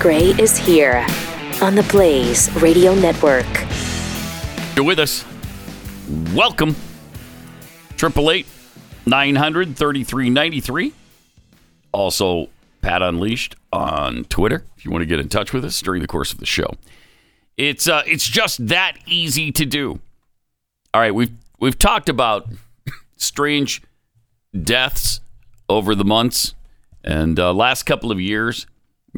Gray is here on the Blaze Radio Network. You're with us. Welcome. 888 933 Also, Pat Unleashed on Twitter if you want to get in touch with us during the course of the show. It's uh, it's just that easy to do. All right, we've we've talked about strange deaths over the months and uh, last couple of years.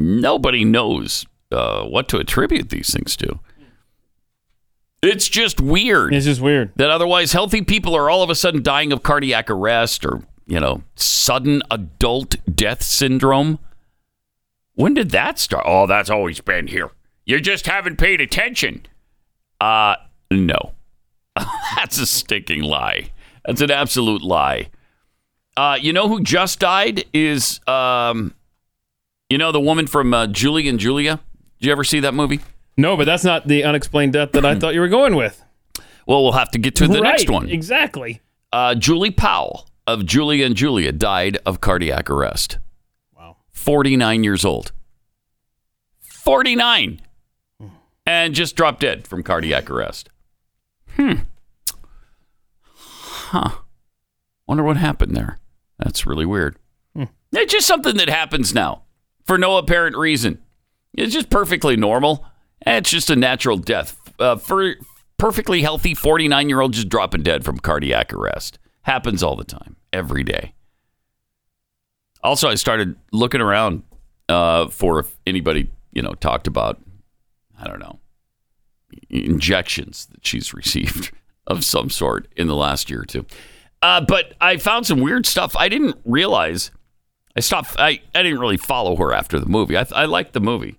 Nobody knows uh, what to attribute these things to. It's just weird It's just weird. that otherwise healthy people are all of a sudden dying of cardiac arrest or, you know, sudden adult death syndrome. When did that start? Oh, that's always been here. You just haven't paid attention. Uh, no. that's a stinking lie. That's an absolute lie. Uh, you know who just died is, um, you know, the woman from uh, Julie and Julia. Did you ever see that movie? No, but that's not the unexplained death that I thought you were going with. Well, we'll have to get to the Right, next one. Exactly. Uh, Julie Powell of Julia and Julia died of cardiac arrest. Wow. 49 years old. 49. And just dropped dead from cardiac arrest. Hmm. Huh. Wonder what happened there. That's really weird. It's just something that happens now for no apparent reason. It's just perfectly normal. It's just a natural death. Uh, for perfectly healthy 49 year old just dropping dead from cardiac arrest. Happens all the time, every day. Also, I started looking around uh, for if anybody, you know, talked about, I don't know, injections that she's received of some sort in the last year or two. Uh, but I found some weird stuff I didn't realize. I stopped. I, I didn't really follow her after the movie. I, I liked the movie.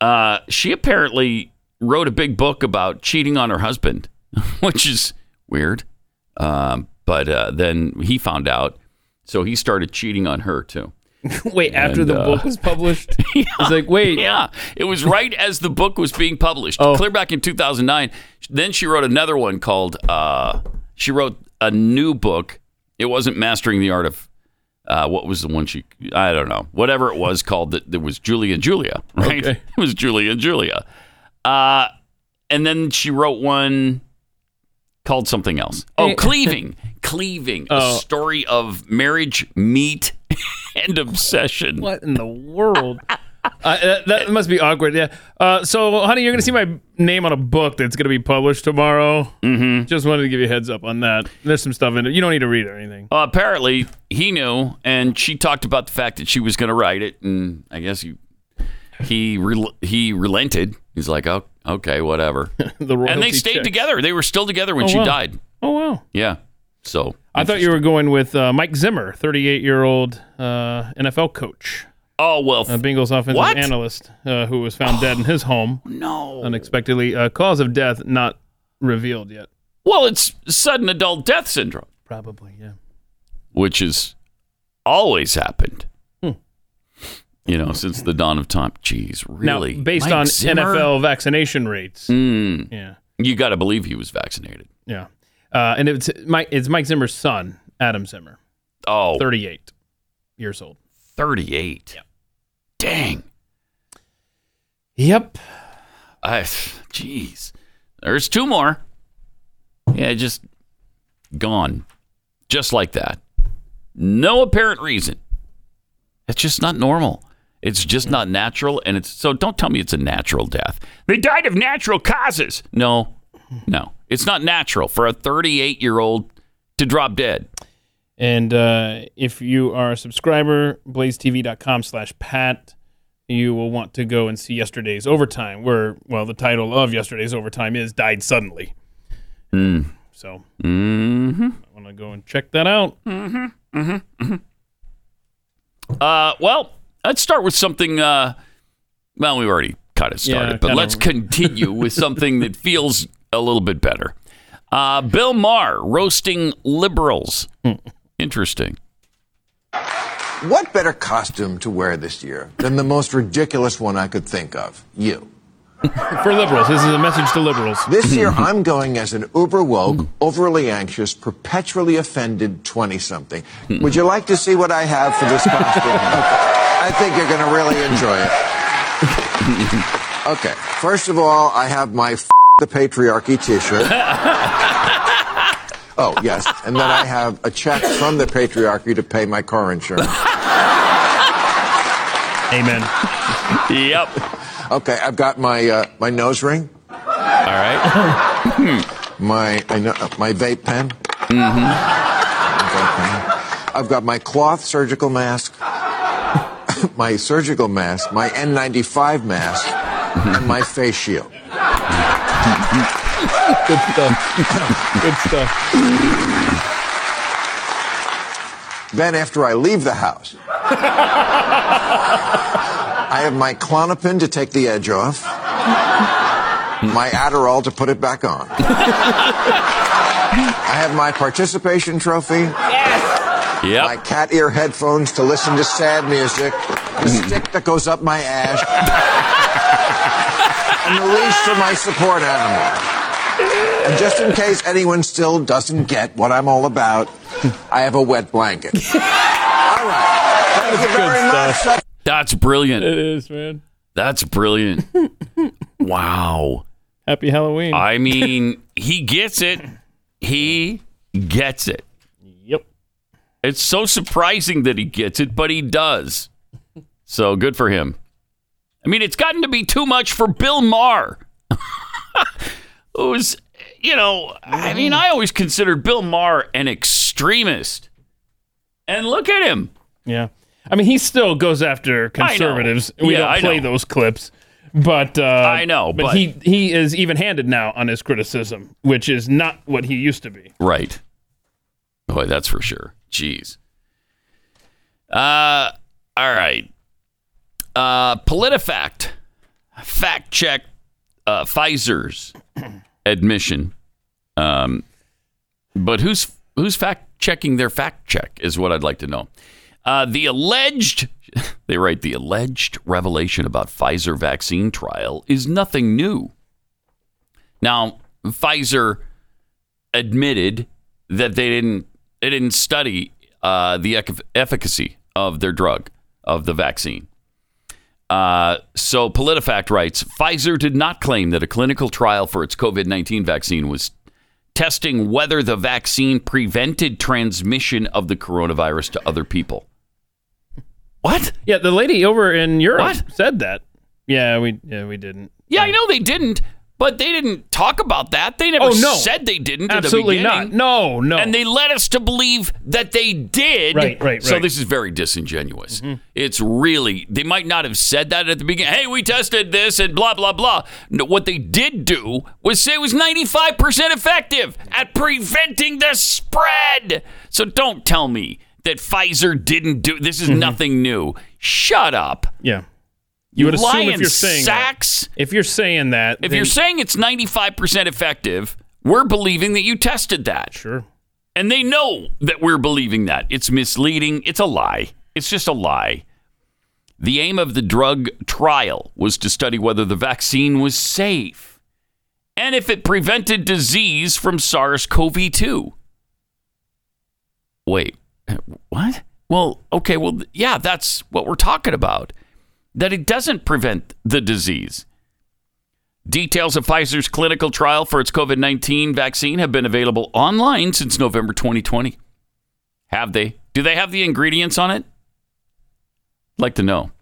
Uh, she apparently wrote a big book about cheating on her husband, which is weird. Um, but uh, then he found out, so he started cheating on her too. Wait, after And, the uh, book was published, it's like, wait, Yeah, it was right as the book was being published, Oh. clear back in 2009. Then she wrote another one called. Uh, she wrote a new book. It wasn't mastering the art of. Uh, what was the one she? I don't know. Whatever it was called that, that was Julia and Julia, right? Okay. It was Julia and Julia. Uh, and then she wrote one called something else. Oh, Eh. cleaving, cleaving, Oh. a story of marriage, meat, and obsession. what in the world? Uh, that, that must be awkward. Yeah. Uh, so, honey, you're gonna see my name on a book that's gonna be published tomorrow. Mm-hmm. Just wanted to give you a heads up on that. There's some stuff in it. You don't need to read or anything. Well, apparently he knew, and she talked about the fact that she was going to write it, and I guess he he rel- he relented. He's like, oh, okay, whatever. The and they royalty stayed check. together. They were still together when Oh, she wow. died. Oh wow. Yeah. So I thought you were going with uh, Mike Zimmer, 38 year old uh, NFL coach, Oh well. a f- Bengals offensive What? analyst uh, who was found dead in his home no. unexpectedly. Uh, cause of death not revealed yet. Well, it's sudden adult death syndrome. Probably, yeah. which has always happened. Hmm. You know, since the dawn of time. Jeez, really? Now, based Mike on Zimmer? NFL vaccination rates. Mm, Yeah, you got to believe he was vaccinated. yeah. Uh, and it's Mike. It's Mike Zimmer's son, Adam Zimmer, Oh, 38 years old. 38. Dang. Yep. I, jeez. There's two more. Yeah, just gone. Just like that. No apparent reason. It's just not normal. It's just not natural. And it's so don't tell me it's a natural death. They died of natural causes. No, no. It's not natural for a 38 year old to drop dead. And uh, if you are a subscriber, blazetv.com slash pat, you will want to go and see yesterday's overtime, where, well, the title of yesterday's overtime is Died Suddenly. Hmm. So Mm-hmm. I want to go and check that out. Uh, well, let's start with something. Uh, well, we already kind of started, Yeah, but kinda. let's continue with something that feels a little bit better. Uh, Bill Maher roasting liberals. Interesting. What better costume to wear this year than the most ridiculous one I could think of? You. For liberals, this is a message to liberals. This year, I'm going as an uber woke, overly anxious, perpetually offended 20 something. Would you like to see what I have for this costume? I think you're going to really enjoy it. Okay, first of all, I have my F- the patriarchy T-shirt. oh yes, and then I have a check from the patriarchy to pay my car insurance. Amen. Yep. Okay, I've got my uh, my nose ring, All right. my I know, uh, my vape pen. Mm-hmm. I've got my cloth surgical mask, my surgical mask, my N95 mask, and my face shield. Good stuff. Good stuff. Then, after I leave the house, I have my Clonopin to take the edge off, my Adderall to put it back on. I have my participation trophy, my Yep. cat ear headphones to listen to sad music, a stick that goes up my ass, and the leash for my support animal. And just in case anyone still doesn't get what I'm all about, I have a wet blanket. all right. Thank you very much. That's brilliant. It is, man. That's brilliant. Wow. Happy Halloween. I mean, he gets it. He gets it. yep. It's so surprising that he gets it, but he does. So good for him. I mean, it's gotten to be too much for Bill Maher, who's, you know, I mean, I always considered Bill Maher an extremist. And look at him. Yeah. I mean, he still goes after know. conservatives. We Yeah, I don't play know. those clips. But uh, I know, but- he he is even-handed now on his criticism, which is not what he used to be. Right. Boy, that's for sure. Jeez. Uh, all right. Uh, PolitiFact fact check uh, Pfizer's admission. Um, but who's who's fact checking their fact check is what I'd like to know. Uh, the alleged, they write, the alleged revelation about Pfizer vaccine trial is nothing new. Now, Pfizer admitted that they didn't they didn't study uh, the ec- efficacy of their drug of the vaccine. Uh, so PolitiFact writes, Pfizer did not claim that a clinical trial for its COVID-19 vaccine was testing whether the vaccine prevented transmission of the coronavirus to other people. What? Yeah, the lady over in Europe What? said that. Yeah, we yeah we didn't. Yeah, I know they didn't, but they didn't talk about that. They never Oh, no. said they didn't. at Absolutely the not. beginning. No, no. and they led us to believe that they did. Oh. Right, right, So right. Mm-hmm. this is very disingenuous. It's really they might not have said that at the beginning. Hey, we tested this and blah blah blah. No, what they did do was say it was ninety five percent effective at preventing the spread. So don't tell me that Pfizer didn't do this. Mm-hmm. Is nothing new. Shut up. yeah. You would assume Lying if you're saying that, sacks. if you're saying that If then you're saying it's ninety five percent effective, we're believing that you tested that. sure. And they know that we're believing that. It's misleading. It's a lie. It's just a lie. The aim of the drug trial was to study whether the vaccine was safe and if it prevented disease from SARS CoV 2. Wait, what? Well, okay, well, yeah, that's what we're talking about. That it doesn't prevent the disease. Details of Pfizer's clinical trial for its COVID 19 vaccine have been available online since November 2020. Have they? Do they have the ingredients on it? Like to know.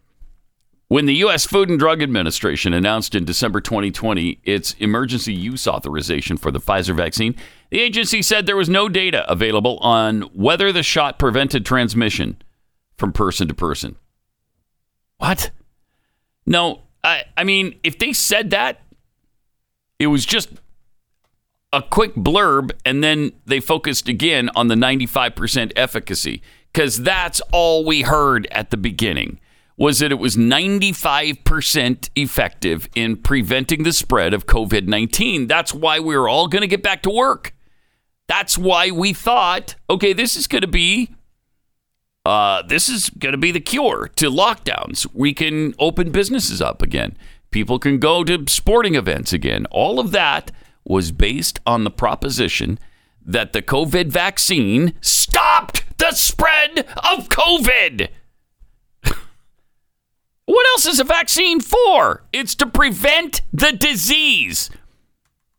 When the U.S. Food and Drug Administration announced in December 2020 its emergency use authorization for the Pfizer vaccine, the agency said there was no data available on whether the shot prevented transmission from person to person. What? No, I, I mean, if they said that, it was just a quick blurb, and then they focused again on the 95% efficacy because that's all we heard at the beginning was that it was 95% effective in preventing the spread of COVID-19. That's why we were all going to get back to work. That's why we thought, okay, this is going to be uh, this is going to be the cure to lockdowns. We can open businesses up again. People can go to sporting events again. All of that was based on the proposition that the COVID vaccine stopped the spread of COVID. What else is a vaccine for? It's to prevent the disease.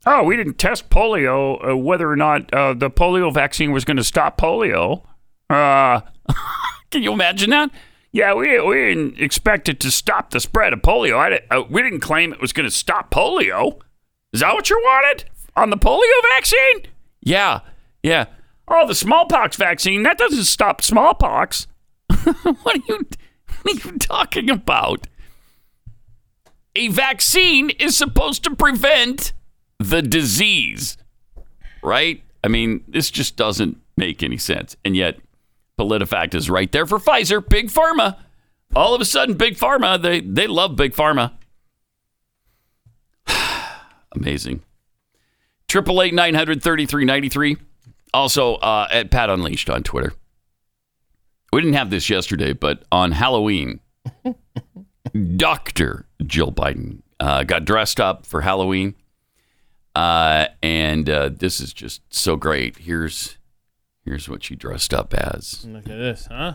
Oh, we didn't test polio, uh, whether or not uh, the polio vaccine was going to stop polio. Uh, can you imagine that? Yeah, we, we didn't expect it to stop the spread of polio. I, di- uh, we didn't claim it was going to stop polio. Is that what you wanted on the polio vaccine? Yeah, yeah. Oh, the smallpox vaccine that doesn't stop smallpox. what are you what are you talking about? A vaccine is supposed to prevent the disease, right? I mean, this just doesn't make any sense. And yet, PolitiFact is right there for Pfizer, Big Pharma. All of a sudden, Big Pharma, they, they love Big Pharma. Amazing. Triple eight nine hundred thirty three ninety three. Also uh, at Pat Unleashed on Twitter. We didn't have this yesterday, but on Halloween, Doctor Jill Biden uh, got dressed up for Halloween, uh, and uh, this is just so great. Here's here's what she dressed up as. Look at this, huh?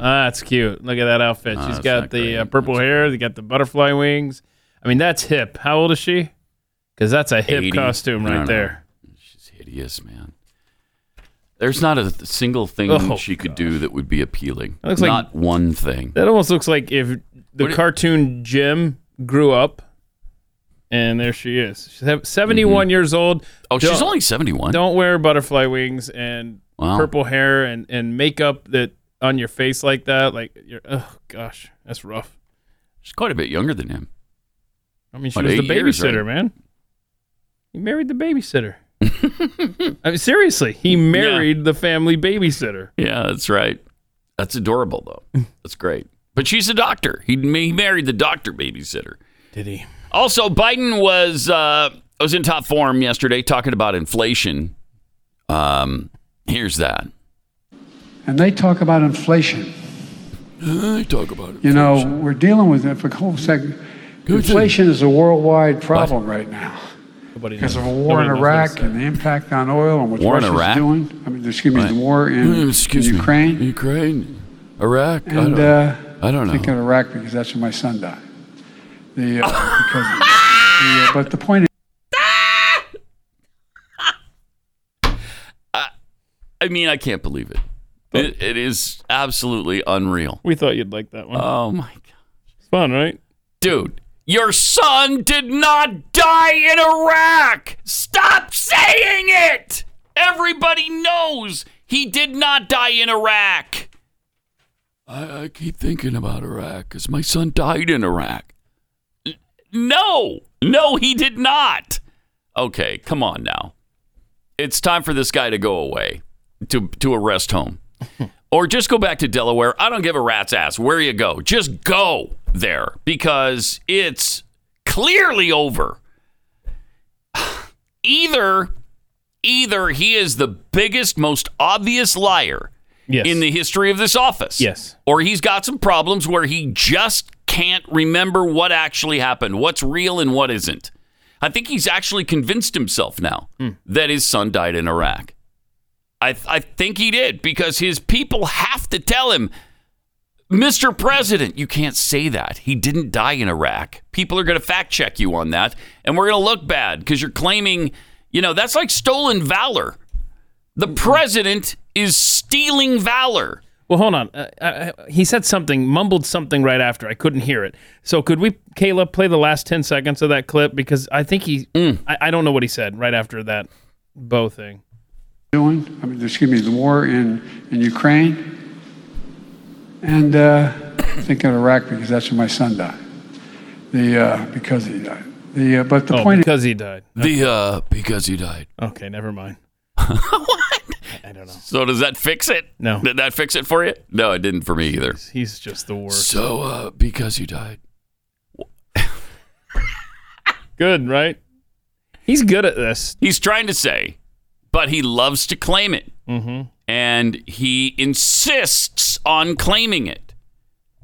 Ah, that's cute. Look at that outfit. Ah, She's Mm. that's got not the great. uh, purple hair. They got the butterfly wings. I mean, that's hip. How old is she? Because that's a hip 80. costume I right don't there. She's hideous, man. There's not a th- single thing Oh, she could do that would be appealing. looks like- Not one thing. That almost looks like if the What it- cartoon Jim grew up, and there she is. She's sev- 71 years old. Mm-hmm. Oh, she's Don't- only 71. Don't wear butterfly wings and Wow. purple hair and, and makeup that on your face like that. Like, you're, oh gosh, that's rough. She's quite a bit younger than him. I mean, she What, was the eight years, babysitter, right? man. He married the babysitter. I mean, seriously, he married the family babysitter. Yeah, that's right. That's adorable, though. That's great. But she's a doctor. He, he married the doctor babysitter. Did he? Also, Biden was uh, was in top form yesterday talking about inflation. Um, here's that. and they talk about inflation. I talk about it. You know, we're dealing with it for a whole second. Inflation is a worldwide problem right now Nobody because knows. of a war Nobody in knows Iraq what to and the impact on oil and what War in Russia's Iraq? doing. I mean, excuse me, the war in, in Ukraine. Ukraine, Iraq. And uh, I don't think of Iraq because that's where my son died. The, uh, because of- the, uh, but the point is. I mean, I can't believe it. It, it is absolutely unreal. say. We thought you'd like that one. Oh my god, it's fun, right? dude! Your son did not die in Iraq. Stop saying it. Everybody knows he did not die in Iraq. I, I keep thinking about Iraq because my son died in Iraq. N- No, no, he did not. Okay, come on now. It's time for this guy to go away to to a rest home, or just go back to Delaware. I don't give a rat's ass where you go. Just go there because it's clearly over. Either, either he is the biggest, most obvious liar Yes. in the history of this office. Yes. Or he's got some problems where he just can't remember what actually happened, what's real and what isn't. I think he's actually convinced himself now that his son died in Iraq. I, I think he did because his people have to tell him, Mr. President, you can't say that. He didn't die in Iraq. People are going to fact check you on that, and we're going to look bad because you're claiming, you know, that's like stolen valor. The president is stealing valor. well, hold on. Uh, uh, he said something, mumbled something right after. I couldn't hear it. So, could we, Caleb, play the last 10 seconds of that clip? Because I think he, Mm. I, I don't know what he said right after that bow thing. doing. I mean, excuse me, the war in, in Ukraine. And uh, I think of Iraq because that's where my son died. The uh, because he died. The uh, but the Oh, point is. because he died. The uh, because he died. Okay, never mind. what? I don't know. So does that fix it? No. Did that fix it for you? No, it didn't for me either. He's just the worst. So uh, because he died. Good, right? He's good at this. He's trying to say, but he loves to claim it. And he insists on claiming it.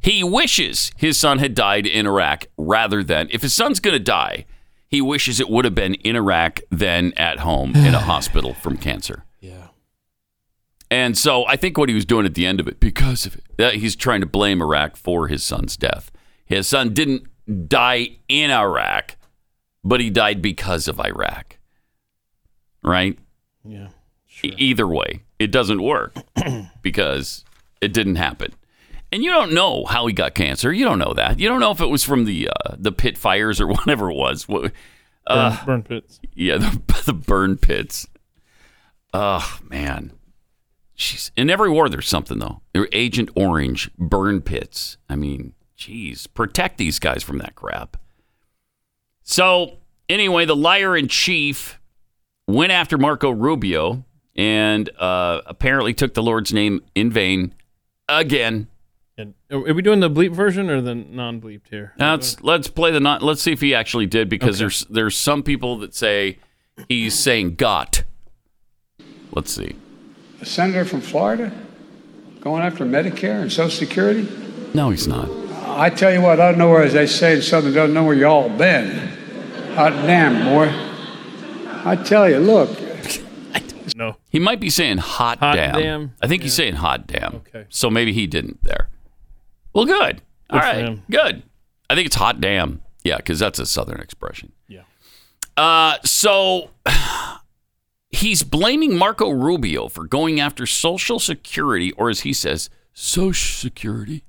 He wishes his son had died in Iraq rather than, if his son's going to die, he wishes it would have been in Iraq than at home in a hospital from cancer. Yeah. And so I think what he was doing at the end of it, because of it, that he's trying to blame Iraq for his son's death. His son didn't die in Iraq, but he died because of Iraq. Right? Yeah. E- Either way, it doesn't work because it didn't happen. And you don't know how he got cancer. You don't know that. You don't know if it was from the uh, the pit fires or whatever it was. What- Burn, burn pits. yeah, the, the burn pits. Oh man, jeez! In every war, there's something though. There- Agent Orange, burn pits. I mean, jeez, protect these guys from that crap. So anyway, the liar in chief went after Marco Rubio and uh, apparently took the Lord's name in vain again. And are we doing the bleep version or the non-bleeped here? Now let's let's play the not. Let's see if he actually did because there's there's some people that say he's saying got. Let's see. A senator from Florida going after Medicare and Social Security? No, he's not. I tell you what, I don't know where, as they say in Southern, don't know where y'all been. Hot damn, boy. I tell you, look, Uh, No. He might be saying hot, Hot damn. damn. I think he's saying hot damn. Okay. So maybe he didn't there. Well, good. All for right. him. Good. I think it's hot damn. Yeah, because that's a Southern expression. Yeah. Uh, so he's blaming Marco Rubio for going after Social Security, or as he says, Social Security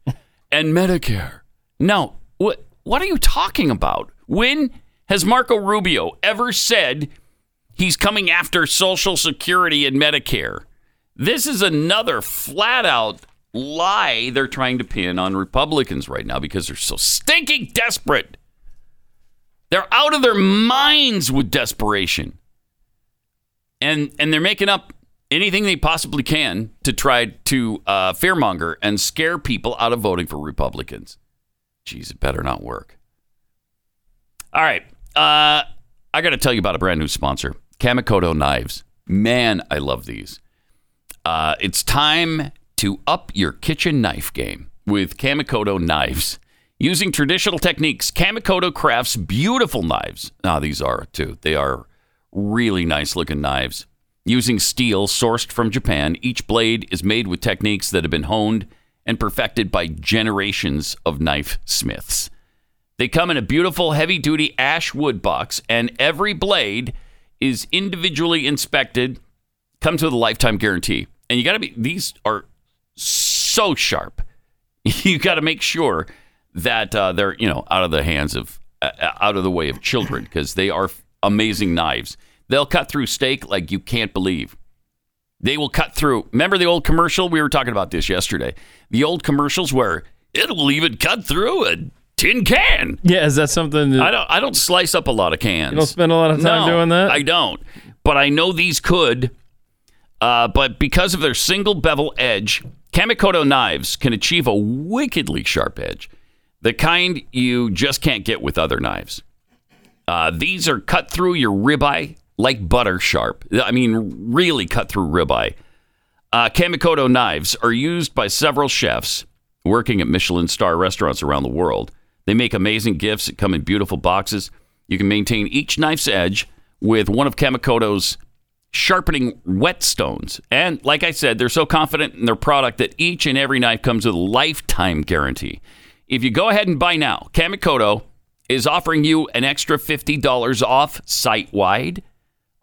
and Medicare. No, what what are you talking about? When has Marco Rubio ever said he's coming after Social Security and Medicare? This is another flat out lie they're trying to pin on Republicans right now because they're so stinking desperate. They're out of their minds with desperation. And and they're making up anything they possibly can to try to uh, fearmonger and scare people out of voting for Republicans. Geez, it better not work. All right. Uh, I got to tell you about a brand new sponsor, Kamikoto Knives. Man, I love these. Uh, it's time to up your kitchen knife game with Kamikoto knives. Using traditional techniques, Kamikoto crafts beautiful knives. Now, these are too. They are really nice looking knives. Using steel sourced from Japan, each blade is made with techniques that have been honed and perfected by generations of knife smiths. They come in a beautiful heavy duty ash wood box, and every blade is individually inspected comes with a lifetime guarantee. And you got to be, these are so sharp. You got to make sure that uh, they're, you know, out of the hands of, uh, out of the way of children because they are amazing knives. They'll cut through steak like you can't believe. They will cut through. Remember the old commercial? We were talking about this yesterday. The old commercials where it'll even cut through a tin can. Yeah, is that something that I don't. I don't slice up a lot of cans. You don't spend a lot of time No, doing that? I don't. But I know these could. Uh, but because of their single bevel edge, Kamikoto knives can achieve a wickedly sharp edge, the kind you just can't get with other knives. Uh, these are cut through your ribeye like butter sharp. I mean, really cut through ribeye. Uh, Kamikoto knives are used by several chefs working at Michelin star restaurants around the world. They make amazing gifts that come in beautiful boxes. You can maintain each knife's edge with one of Kamikoto's sharpening whetstones. And like I said, they're so confident in their product that each and every knife comes with a lifetime guarantee. If you go ahead and buy now, Kamikoto is offering you an extra $50 off site wide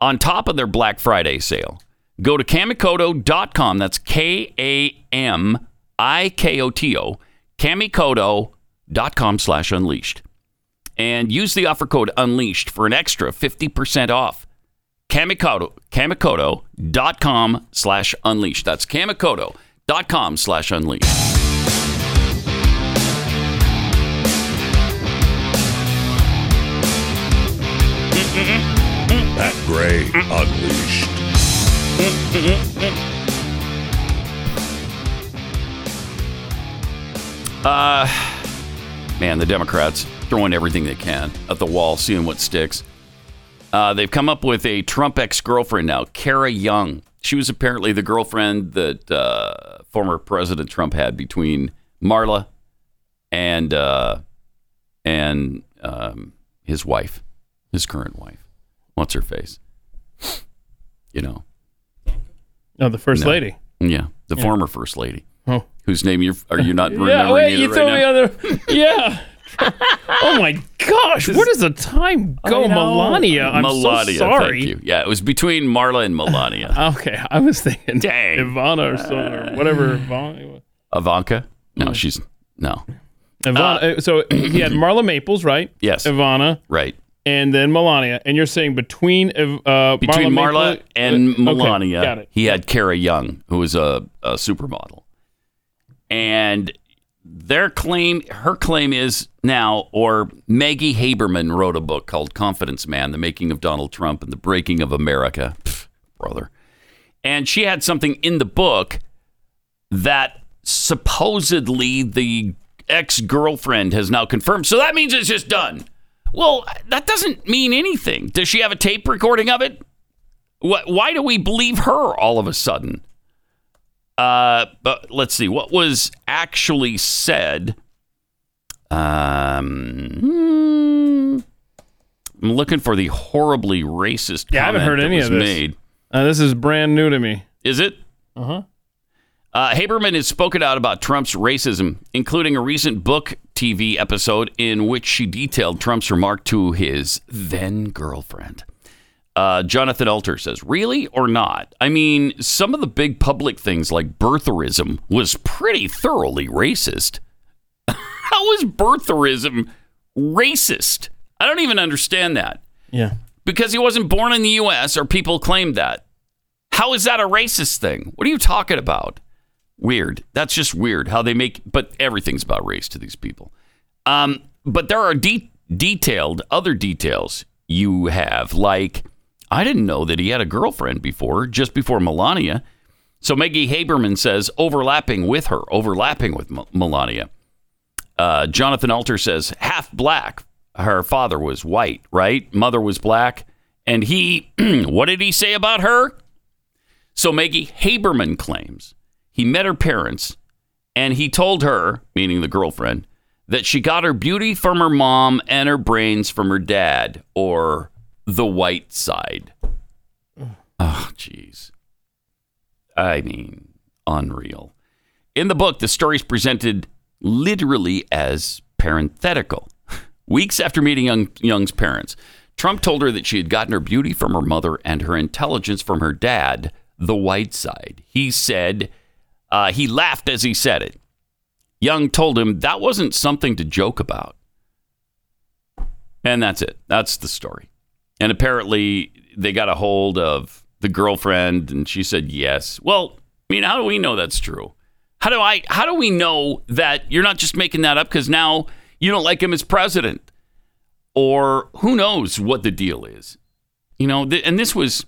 on top of their Black Friday sale. Go to kamikoto.com. That's K A M I K O T O, kamikoto.com slash unleashed. And use the offer code unleashed for an extra 50% off. Kamikoto, kamikoto.com slash unleashed. That's kamikoto.com slash unleashed. Matt Gray Unleashed. Man, the Democrats throwing everything they can at the wall, seeing what sticks. Uh, they've come up with a Trump ex girlfriend now, Kara Young. She was apparently the girlfriend that uh, former President Trump had between Marla and uh, and um, his wife, his current wife. What's her face? You know, No, the first No. lady. yeah, the former first lady, Oh. whose name you are you not remembering Yeah, wait, it you right threw now? me on the Yeah. Oh my gosh, where does the time go, Melania? I'm Melania, so sorry. thank you. Yeah, it was between Marla and Melania. Okay, I was thinking Dang. Uh, Ivana or something, or whatever. Ivana, Ivanka? No, she's no. Ivana. uh, so he had Marla Maples, right? uh, Yes. Ivana, Right. and then Melania. And you're saying between Iv- uh, Between Marla, Maples- and Okay, Melania, got it. he had Kara Young, who was a, a supermodel. And their claim, her claim is now, or Maggie Haberman wrote a book called Confidence Man The Making of Donald Trump and the Breaking of America. Pff, brother. And she had something in the book that supposedly the ex girlfriend has now confirmed. So that means it's just done. Well, that doesn't mean anything. Does she have a tape recording of it? Wh- why do we believe her all of a sudden? Uh, but let's see what was actually said. Um, hmm. I'm looking for the horribly racist. Yeah, I haven't comment heard that any was of this. Made. Uh, this is brand new to me. Is it? Uh huh. Haberman has spoken out about Trump's racism, including a recent book TV episode in which she detailed Trump's remark to his then girlfriend. Uh, Jonathan Alter says, Really or not? I mean, some of the big public things like birtherism was pretty thoroughly racist. How is birtherism racist? I don't even understand that Yeah. because he wasn't born in the U.S. or people claimed that. How is that a racist thing? What are you talking about? Weird. That's just weird how they make, but everything's about race to these people. Um, but there are de- detailed other details you have, like I didn't know that he had a girlfriend before, just before Melania. So Maggie Haberman says overlapping with her, overlapping with Mel- Melania. Uh, Jonathan Alter says half black. Her father was white, right? Mother was black. And he, what did he say about her? So Maggie Haberman claims he met her parents and he told her, meaning the girlfriend, that she got her beauty from her mom and her brains from her dad or the white side. Oh, jeez. I mean, unreal. In the book, the story is presented literally as parenthetical. Weeks after meeting Young, Young's parents, Trump told her that she had gotten her beauty from her mother and her intelligence from her dad, the white side. He said, uh, he laughed as he said it. Young told him that wasn't something to joke about. And that's it. That's the story. And apparently, they got a hold of the girlfriend, and she said yes. Well, I mean, how do we know that's true? How do I? How do we know that you're not just making that up because now you don't like him as president, or who knows what the deal is? You know, th- and this was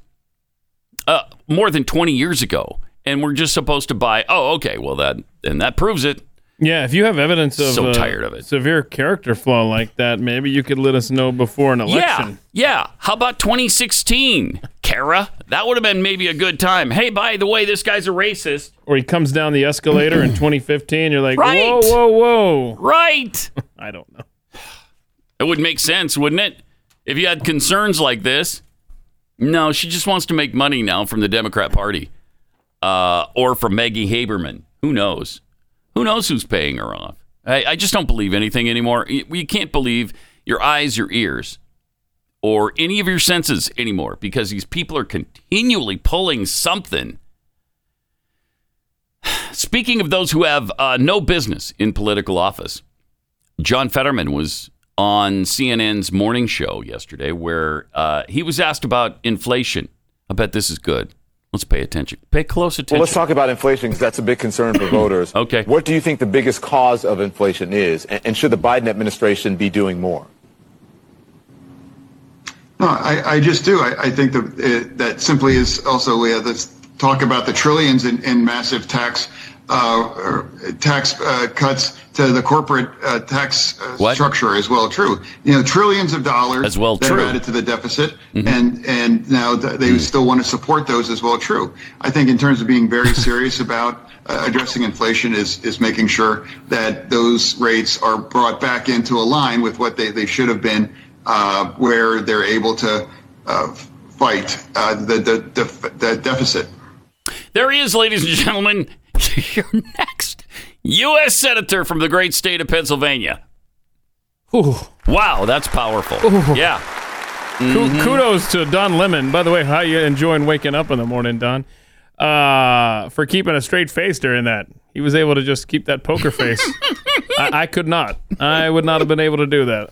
uh, more than 20 years ago, and we're just supposed to buy. Oh, okay, well that and that proves it. Yeah, if you have evidence of So uh, tired of it. severe character flaw like that, maybe you could let us know before an election. Yeah, yeah. How about 2016, Kara? That would have been maybe a good time. Hey, by the way, this guy's a racist. Or he comes down the escalator in 2015, you're like, Right. whoa, whoa, whoa. Right. I don't know. It would make sense, wouldn't it? If you had concerns like this. No, she just wants to make money now from the Democrat Party uh, or from Maggie Haberman. Who knows? Who knows who's paying her off? I, I just don't believe anything anymore. You, you can't believe your eyes, your ears, or any of your senses anymore because these people are continually pulling something. Speaking of those who have uh, no business in political office, John Fetterman was on CNN's morning show yesterday where uh, he was asked about inflation. I bet this is good. Let's pay attention. Pay close attention. Well, let's talk about inflation because that's a big concern for voters. Okay. What do you think the biggest cause of inflation is, and, and should the Biden administration be doing more? No, I, I just do. I, I think that uh, that simply is also Leah. Let's talk about the trillions in, in massive tax uh, or tax uh, cuts to the corporate uh, tax uh, What? structure as well. True, you know, trillions of dollars As well, that true. Mm-hmm. are added to the deficit, and and now th- they still want to support those as well. True, I think in terms of being very serious about uh, addressing inflation is is making sure that those rates are brought back into a line with what they, they should have been, uh, where they're able to uh, fight uh, the, the, the the deficit. There he is, ladies and gentlemen. Your next U.S. Senator from the great state of Pennsylvania. Wow, that's powerful. Yeah. Ku- Kudos to Don Lemon. By the way, how you enjoying waking up in the morning, Don? Uh, for keeping a straight face during that. He was able to just keep that poker face. I, I could not. I would not have been able to do that.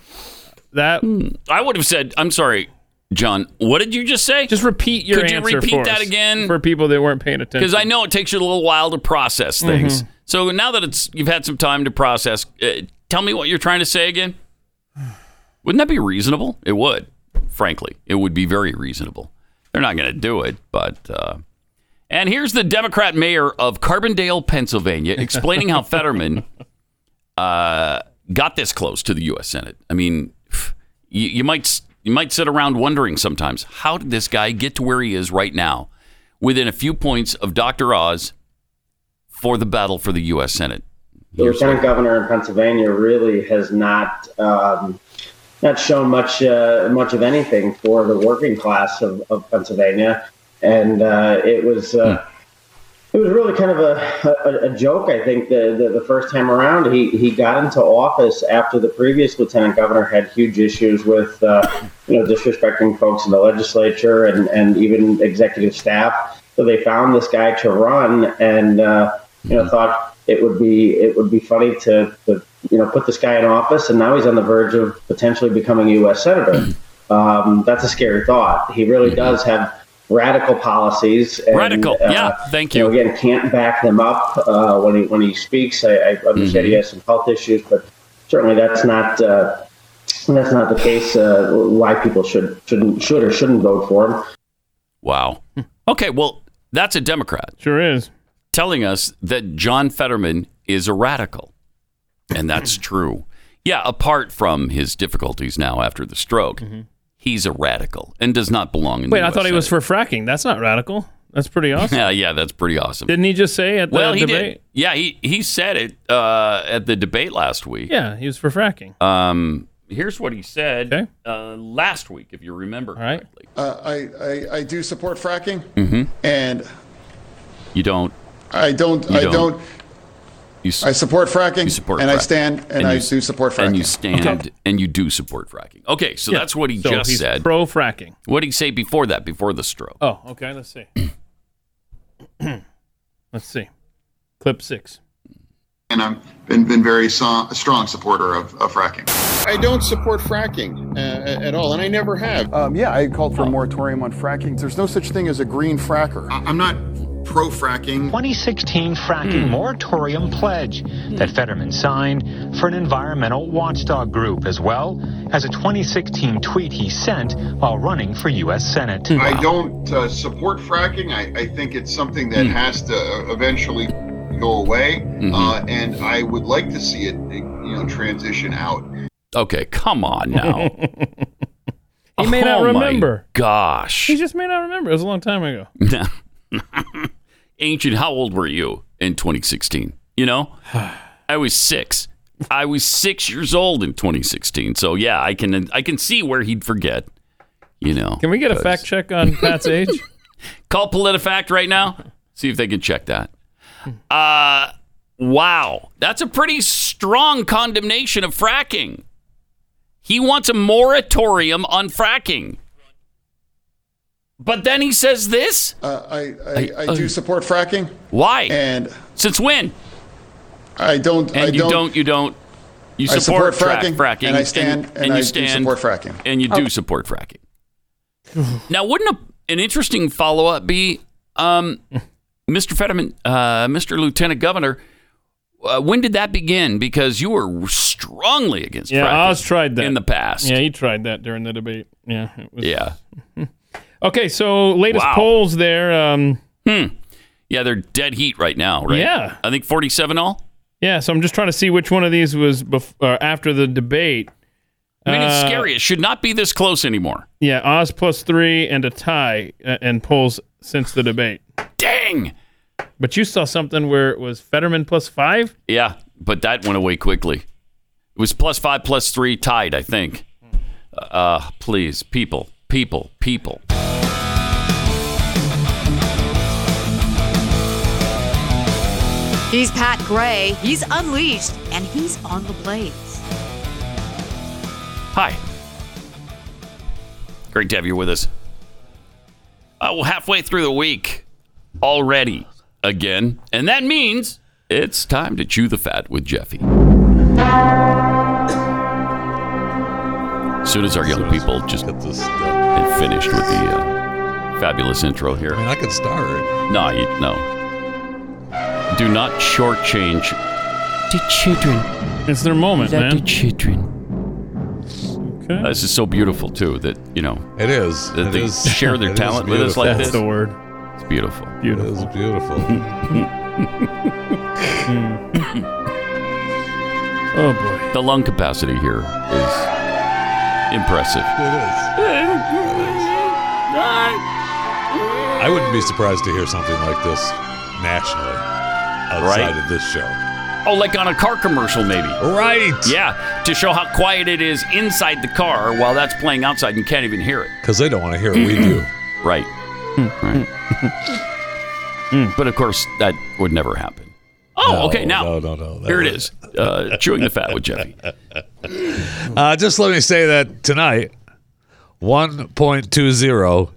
That I would have said, I'm sorry, John, what did you just say? just repeat your Could you answer repeat for that us, again? for people that weren't paying attention. because I know it takes you a little while to process things. So now that it's you've had some time to process, uh, tell me what you're trying to say again. Wouldn't that be reasonable? It would, frankly, it would be very reasonable. They're not going to do it, but. Uh, and here's the Democrat mayor of Carbondale, Pennsylvania, explaining how Fetterman uh, got this close to the U.S. Senate. I mean, you, you might s- you might sit around wondering sometimes how did this guy get to where he is right now, within a few points of Dr. Oz for the battle for the U.S. Senate. The lieutenant governor in Pennsylvania really has not um, not shown much uh, much of anything for the working class of, of Pennsylvania, and uh, it was uh, it was really kind of a, a, a joke. I think the, the the first time around he he got into office after the previous lieutenant governor had huge issues with uh, you know disrespecting folks in the legislature and and even executive staff. So they found this guy to run and. Uh, you know, thought it would be it would be funny to, to you know put this guy in office, and now he's on the verge of potentially becoming a U.S. senator. Um, that's a scary thought. He really does have radical policies. And, Mm-hmm. uh, Radical, yeah, thank you. know, again, can't back them up uh, when he when he speaks. I, I understand he Mm-hmm. has some health issues, but certainly that's not. Uh, that's not the case. Uh, why people should shouldn't should or shouldn't vote for him. Wow. Hmm. Okay, well, that's a Democrat. sure is. telling us that John Fetterman is a radical. And that's true. Yeah, apart from his difficulties now after the stroke, he's a radical and does not belong in Mm-hmm. Wait, the I thought US he was Senate. for fracking. That's not radical. That's pretty awesome. Yeah, yeah, that's pretty awesome. Didn't he just say at the well, he debate? did. Yeah, he, he said it uh, at the debate last week. Yeah, he was for fracking. Um, here's what he said Okay. uh, last week, if you remember right. correctly. Uh, I, I, I do support fracking, Mm-hmm. and You don't. I don't. You I don't. don't. You, s- I support fracking. You support and I fracking. stand and, And I you s- do support fracking. and you stand and you do support fracking. Okay, so Yeah. that's what he So just he's said. Pro fracking. what did he say before that? Before the stroke? Oh, okay. Let's see. let's see. Clip six. and I've been, been very so- strong supporter of, of fracking. I don't support fracking uh, at all, and I never have. Um, yeah, I called for a moratorium on fracking. There's no such thing as a green fracker. I- I'm not pro fracking. 2016 Hmm. fracking moratorium pledge that Fetterman signed for an environmental watchdog group, as well as a 2016 tweet he sent while running for U.S. Senate. I don't uh, support fracking. I, I think it's something Hmm. that has to uh, eventually go away, Mm-hmm. uh, and I would like to see it, you know, transition out. Okay, come on now. He may not Oh, my remember. gosh. He just may not remember. It was a long time ago. Ancient, how old were you in 2016? You know? I was 6. I was 6 years old in 2016. So yeah, I can I can see where he'd forget. You know. Can we get a 'cause- fact check on Pat's age? Call PolitiFact right now. See if they can check that. Uh wow. That's a pretty strong condemnation of fracking. He wants a moratorium on fracking. But then he says this? Uh, I, I, I- I, do support fracking, Why? and Since when? I don't. I And you don't. don't, you don't. You I support, support frack- fracking, fracking, and I stand- and I do you stand, support fracking. and you do support fracking. now, wouldn't a, an interesting follow up be, um, Mr. Fetterman, uh, Mr. Lieutenant Governor? Uh, when did that begin? Because you were strongly against Yeah, fracking Oz tried that in the past. Yeah, he tried that during the debate. Yeah. It was, yeah, Okay, so latest Wow. polls there. Um, Yeah, They're dead heat right now, right? Yeah. I think forty-seven all. yeah, so I'm just trying to see which one of these was bef- uh, after the debate. I mean, it's Uh, scary. It should not be this close anymore. Yeah, Oz plus three and a tie uh, and polls since the debate. Dang. But you saw something where it was Fetterman plus five? Yeah, but that went away quickly. It was plus five, plus three, tied, I think. Uh, please, people, people, people. He's Pat Gray. He's unleashed, and he's on the blaze. Hi. Great to have you with us. Uh, well, halfway through the week already again, and that means it's time to chew the fat with Jeffy. As soon as our young people just get finished with the uh, fabulous intro here, I mean, I could start. No, you, no. Do not shortchange the children. It's their moment, Let man. the children. This is so beautiful too that you know it is that It they is- share their it is talent with us beautiful. like That's this. the word. It's beautiful. Beautiful. It is beautiful. Oh boy. The lung capacity here is impressive. I wouldn't be surprised to hear something like this nationally outside Right? of this show. Oh, like on a car commercial, maybe. Right. Yeah, to show how quiet it is inside the car while that's playing outside and you can't even hear it. Because they don't want to hear what we do. Right. right. But of course, that would never happen. Oh, No, okay. Now, no, no, no, that here it is. Uh, chewing the fat with Jeffy. Uh, just let me say that tonight, $1.20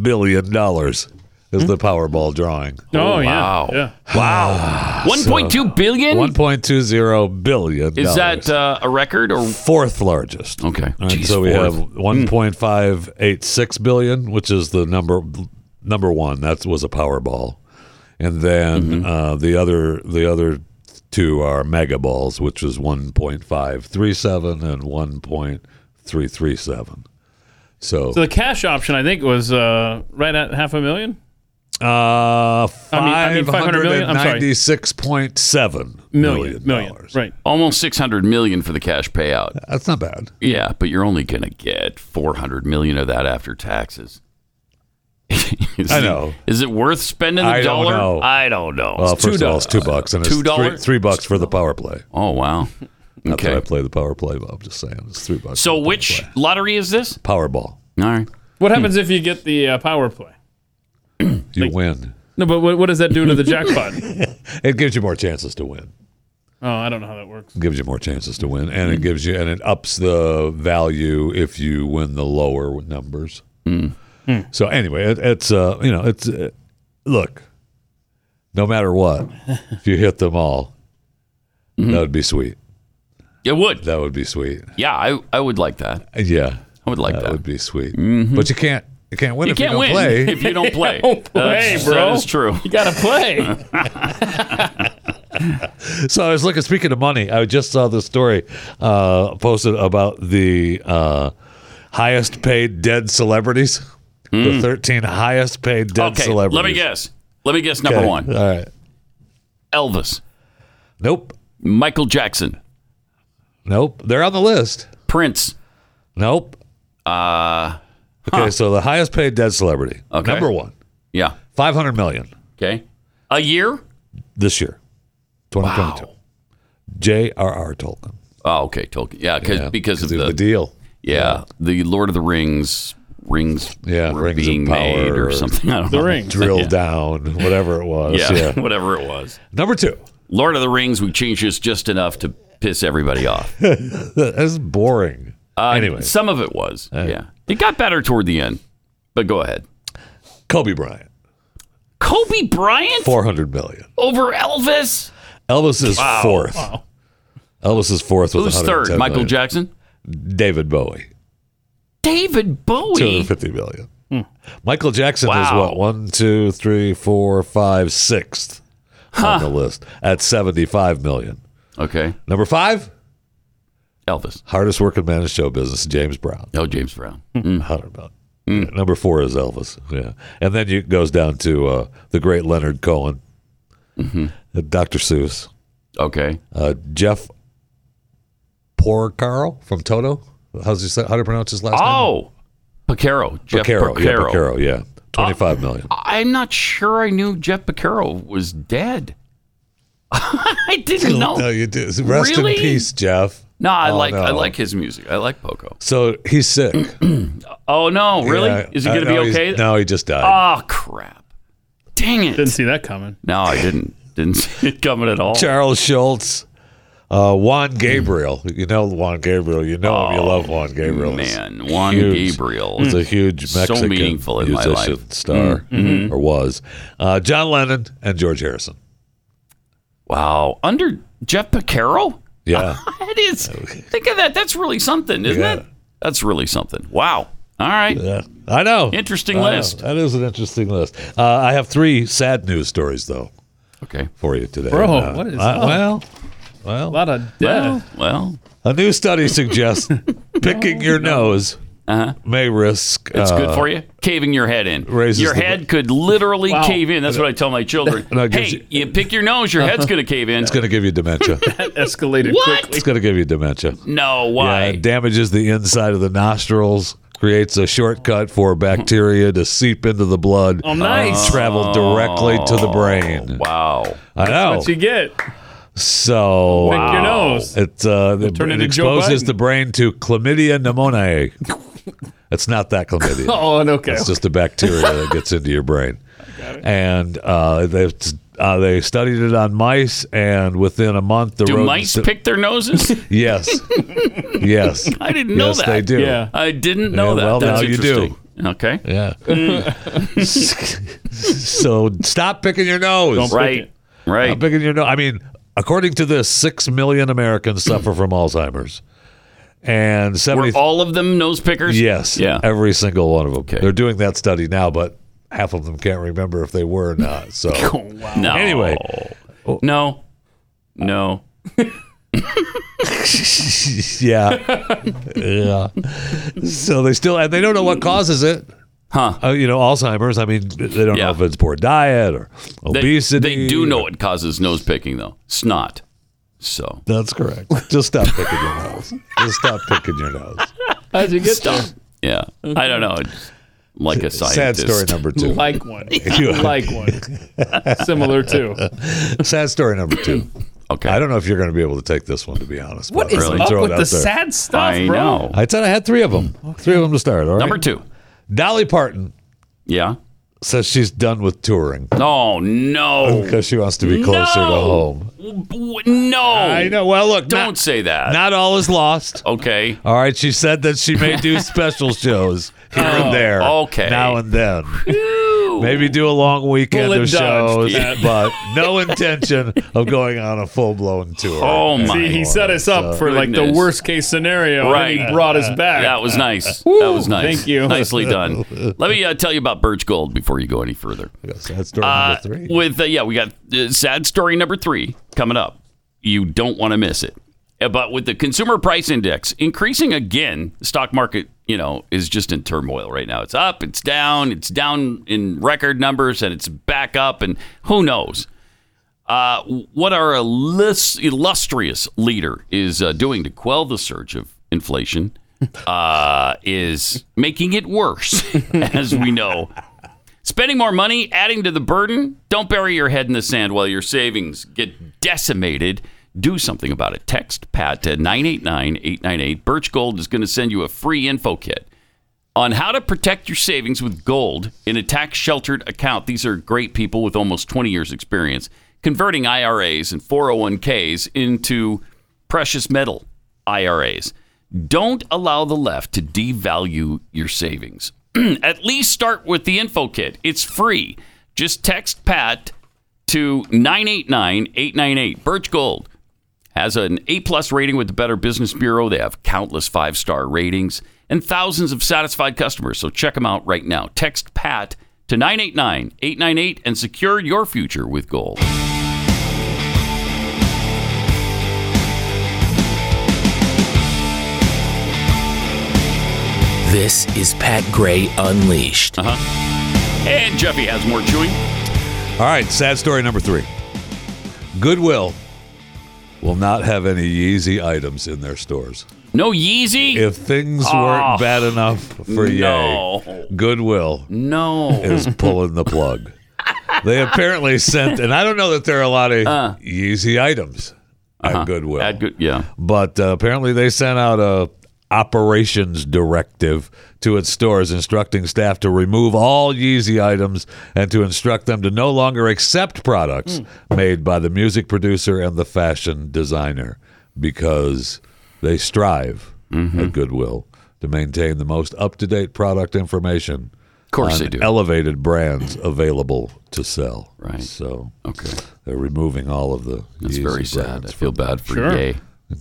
billion dollars is the Powerball drawing. Oh, yeah, yeah. Wow. One point two billion. One point two zero billion. Is that uh, a record or fourth largest? Okay. And Jeez, so we fourth. have one point five eight six billion, which is the number number one. That was a Powerball, and then Mm-hmm. uh, the other the other two are Mega Balls, which is one point five three seven and one point three three seven. So, So the cash option, I think, was uh, right at half a million. uh, I mean- I mean 500 million? I'm sorry. 596.7 million, million, right? Almost six hundred million for the cash payout. That's not bad. Yeah, but you're only going to get 400 million of that after taxes. Is I it- know. Is it worth spending the I don't dollar? know. I don't know. Well, It's first two of all, it's two dollars. bucks, and it's two three, dollars. three bucks for the power play. Oh wow! Not Okay. that I play the power play, but I'm just saying it's three bucks. So which lottery is this? Powerball, all right, Hmm. What happens if you get the uh, power play? you win. No, but what, what does that do to the jackpot? It gives you more chances to win. oh, I don't know how that works. It gives you more chances to win, and it gives you and it ups the value if you win the lower numbers. So anyway, it, it's uh, you know it's uh, look, no matter what, if you hit them all, that would be sweet. It would. That would be sweet. Yeah, I I would like that. Yeah, I would like that. That would be sweet. Mhm. But you can't you can't win you if can't you don't win play. if you don't play. Don't play, That's- bro. That is true. You gotta play. so I was looking. Speaking of money, I just saw this story uh, posted about the uh, highest paid dead celebrities. The Mm. thirteen highest paid dead okay, celebrities. let me guess. Let me guess. Number Okay, one, All right. Elvis. Nope. Michael Jackson. Nope. They're on the list. Prince. Nope. Uh, Okay. So the highest paid dead celebrity. Okay. Number one. Yeah. Five hundred million Okay. A year. this year, twenty twenty two. J.R.R. Tolkien. Oh, okay, Tolkien. Yeah, cause, Yeah, because of 'cause of the, the deal. Yeah, the Lord of the Rings rings. Yeah, were rings of being made power or something. I don't know. Drill Yeah. down, whatever it was. Yeah, Yeah. whatever it was. Number two. Lord of the Rings. We changed this just enough to piss everybody off. That's boring. Uh, Anyway. some of it was. yeah, it got better toward the end. But go ahead. Kobe Bryant, Kobe Bryant four hundred million. over Elvis. Elvis is Wow. fourth. Wow. Elvis is fourth with Who's 110 third? Michael million. Jackson. David Bowie, David two Bowie. hundred fifty million. Michael Jackson is Wow. what one, two, three, four, five, sixth on the list at seventy-five million. Okay, Number five, Elvis. hardest working man in show business, James Brown. Oh, James Brown. Hundred million. Yeah, Number four is Elvis. Yeah, and then it goes down to uh, the great Leonard Cohen, uh, Dr. Seuss, Okay, uh, Jeff Porcaro from Toto. How's he say, how do you pronounce his last Oh, Pacaro. name? Jeff Yeah, Porcaro. Porcaro. Yeah, twenty-five million. I'm not sure I knew Jeff Beccaro was dead. I didn't know. No, Oh, you do. Rest Really? in peace, Jeff. No, I Oh, like I no. like his music. I like Poco. So he's sick. Oh no, really? Yeah. Is he Uh, going to no, be he's- okay? No, he just died. Oh crap! Dang it! Didn't see that coming. No, I didn't. Didn't see it coming at all. Charles Schultz, Uh, Juan Gabriel, you know Juan Gabriel. Oh, You know him. You love Juan Gabriel. man, Juan Gabriel. was a Mm. huge So Mexican meaningful in my musician life. star, Mm. Mhm. or was. Uh, John Lennon and George Harrison. Wow, under Jeff Picaro. Yeah, That is. Think of that. That's really something, isn't Yeah. it? That's really something. Wow. All right. Yeah. I know. Oh, Interesting I know. list. That is an interesting list. Uh, I have three sad news stories though. Okay, for you today. Bro, Uh, what is I- up? well, well, a lot of death. Well, a new study suggests picking your nose may risk. It's good uh, for you. Caving your head in. raises Your the- head could literally Wow. cave in. That's what I tell my children. No, it hey, gives you, pick your nose, your head's going to cave in. It's going to give you dementia. That escalated What? quickly. it's going to give you dementia. No, why? Yeah, it damages the inside of the nostrils, creates a shortcut for bacteria to seep into the blood. Oh, nice. and travel directly to the brain. Oh, Wow. I know. What you get? So Pick your nose. It, uh, the- turn Oh, it into Joe exposes Biden. the brain to chlamydia pneumoniae. it's not that chlamydia. Oh, and okay. It's just a bacteria that gets into your brain. And uh, they uh, they studied it on mice, and within a month, the Do rodents- mice pick their noses? Yes, yes. I didn't know yes, that. They do. I didn't know Yeah, that. Well, That's now you do. interesting. Okay. Yeah. so stop picking your nose. Don't pick Right. it. Right. Stop picking your nose. I mean, according to this, six million Americans suffer from Alzheimer's, and Were seventy. all of them nose pickers? yes. Yeah. Every single one of them. They're doing that study now, but half of them can't remember if they were or not. So No. anyway, No. No. yeah, yeah. So they still, and they don't know what causes it. Huh? Uh, you know, Alzheimer's. I mean, they don't know if it's poor diet or They- obesity. They, do know it causes nose picking though. Snot. So That's correct. Just stop picking your nose. Just stop picking your nose. How'd you get Stop. there? yeah, I don't know. It's Like a Sad scientist. story number two. Like one. You- like one. Similar to. Sad story number two. Okay. I don't know if you're going to be able to take this one, to be honest. What but I'm is gonna up throw it with out the there. sad stuff, I bro? know. I said I had three of them. Three of them to start. All right. Number two. Dolly Parton Yeah. says she's done with touring Oh no. because she wants to be closer to No. home. W- No. I know. Well, look, Don't not, say that. Oh. not all is lost. okay. All right, she said that she may do special shows here and there, okay. now and then. Maybe do a long weekend Bullet of shows, dodged, Pat. but no intention of going on a full blown tour. Oh my. See, he set us up for like the Goodness. worst case scenario, and Right. he brought us back. That was nice. that was nice. thank you. Nicely done. Let me uh, tell you about Birch Gold before you go any further. That's story Uh, number three. With uh, yeah, we got uh, sad story number three coming up. You don't want to miss it. Uh, But with the consumer price index increasing again, the stock market you know is just in turmoil right now. It's up, it's down, it's down in record numbers, and it's back up, and who knows uh, what our illus- illustrious leader is uh, doing to quell the surge of inflation uh, is making it worse, as we know. Spending more money, adding to the burden. Don't bury your head in the sand while your savings get decimated. Do something about it. Text PAT to 989 898. Birch Gold is going to send you a free info kit on how to protect your savings with gold in a tax sheltered account. These are great people with almost 20 years' experience converting IRAs and 401ks into precious metal IRAs. Don't allow the left to devalue your savings. At least start with the info kit. It's free. Just text PAT to 989 898. Birch Gold has an A plus rating with the Better Business Bureau. They have countless five star ratings and thousands of satisfied customers. So check them out right now. Text Pat to 989 898 and secure your future with gold. This is Pat Gray Unleashed. And Jeffy has more chewing. All right, sad story number three. Goodwill will not have any Yeezy items in their stores. No Yeezy? If things Oh, weren't bad enough for no. Ye, Goodwill No. is pulling the plug. They apparently sent, and I don't know that there are a lot of Yeezy items at Goodwill, At good, yeah. but uh, apparently they sent out a operations directive to its stores instructing staff to remove all Yeezy items and to instruct them to no longer accept products made by the music producer and the fashion designer. because they strive at Goodwill to maintain the most up to date product information. Of course on they do. Elevated brands available to sell. Right. So okay, they're removing all of the. That's Yeezy very sad. brands I feel from- bad for Sure. Ye.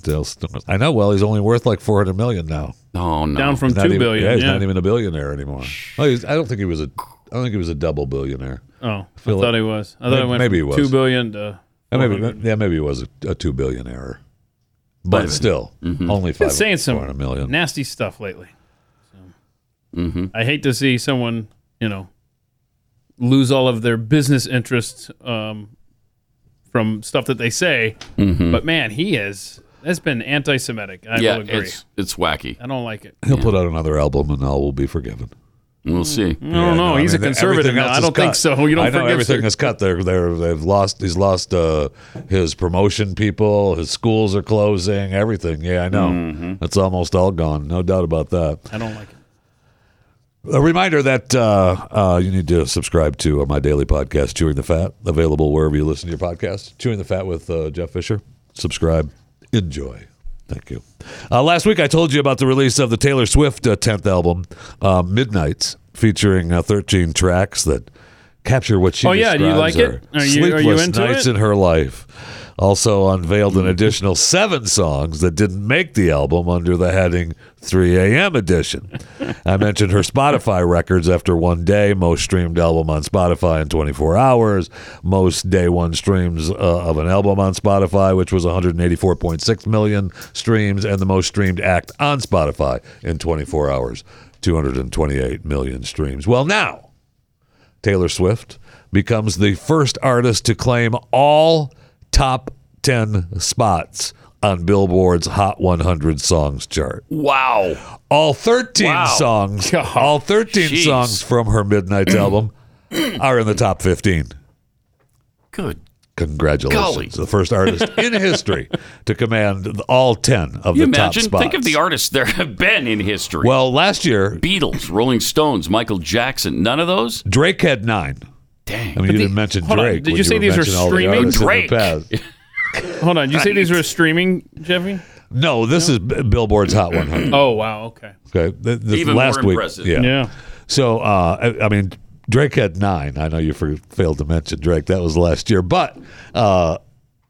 They'll st- I know. Well, he's only worth like four hundred million now. Oh no! Down from He's not two even- billion, Yeah, he's yeah. not even a billionaire anymore. Oh, he's, I don't think he was a. I don't think he was a double billionaire. Oh, I feel thought he was. I thought May- it went maybe from he was. two billion to Yeah, maybe, 400. yeah, maybe he was a, a two billionaire, but Might've still Been only five saying four some hundred million. nasty stuff lately. Mm-hmm. I hate to see someone, you know, lose all of their business interests um, from stuff that they say. Mhm. But man, he is. That's been anti-Semitic. I yeah, will agree. it's it's wacky. I don't like it. He'll put out another album, and all will be forgiven. We'll see. I don't know. He's a conservative now. I don't think so. You don't I know forgive everything certain- is cut. They're, they're, they've lost. He's lost uh, his promotion. People. His schools are closing. Everything. Yeah, I know. It's almost all gone. No doubt about that. I don't like it. A reminder that uh, uh, you need to subscribe to uh, my daily podcast, Chewing the Fat, available wherever you listen to your podcast. Chewing the Fat with uh, Jeff Fisher. Subscribe. Enjoy. Thank you. Uh, last week, I told you about the release of the Taylor Swift uh, 10th album, uh, Midnights, featuring uh, 13 tracks that capture what she Oh, yeah. Do you like describes it? her Are you- are you sleepless into nights it? in her life. Also unveiled an additional seven songs that didn't make the album under the heading 3 a.m. edition. I mentioned her Spotify records after one day, most streamed album on Spotify in 24 hours, most day one streams uh, of an album on Spotify, which was 184.6 million streams, and the most streamed act on Spotify in 24 hours, 228 million streams. Well, now. Taylor Swift becomes the first artist to claim all top 10 spots on Billboard's Hot 100 Songs chart. Wow. All 13 songs, all 13 Jeez. songs from her Midnight's album are in the top 15. Good. Congratulations. Golly. The first artist in history to command the- all 10 of you the imagine? top spots. Think of the artists there have been in history. Well, last year, Beatles, Rolling Stones, Michael Jackson, none of those. Drake had nine. Dang. I mean, you didn't mention hold on, Drake. did when you say were these are mentioning all the streaming? artists in the Drake. past. Hold on. Did you say these were streaming, Jeffy? No, this is B- Billboard's Hot 100. Oh wow. Okay. Okay, th- th- Even last more week, impressive. yeah. Yeah. So, uh, I, I mean, Drake had nine. I know you for, failed to mention Drake. That was last year, but uh,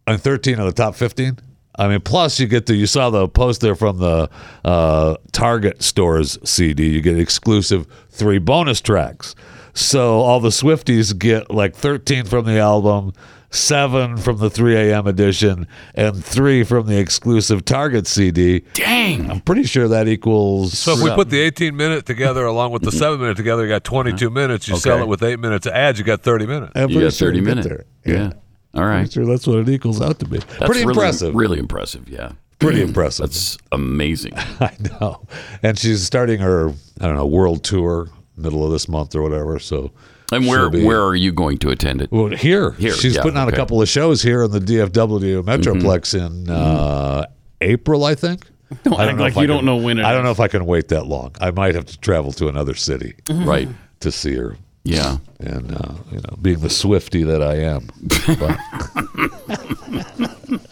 on thirteen of the top fifteen. I mean, plus you get the you saw the post there from the uh, Target stores CD. You get exclusive three bonus tracks. So all the Swifties get like thirteen from the album, seven from the three AM edition, and three from the exclusive Target CD. Dang. I'm pretty sure that equals. So Mm-hmm. if we put the 18 minute together along with the 7 minute together, you got 22 minutes. You sell Uh-huh. Okay. it with 8 minutes of ads, you got 30 minutes. I'm pretty sure we get there. Yeah. All right. Pretty sure that's what it equals out to be. That's pretty really- impressive. Really impressive. Yeah. Pretty impressive. That's amazing. I know. And she's starting her, I don't know, world tour middle of this month or whatever. So And where she'll be- where are you going to attend it? Well, here, Here, she's yeah, putting on okay. a couple of shows here in the DFW Metroplex Mm-hmm. in uh, April, I think. Don't I act know like if I you can- don't know when it I don't is. know if I can wait that long. I might have to travel to another city, Right. to see her. Yeah, and uh, you know, being the Swifty that I am.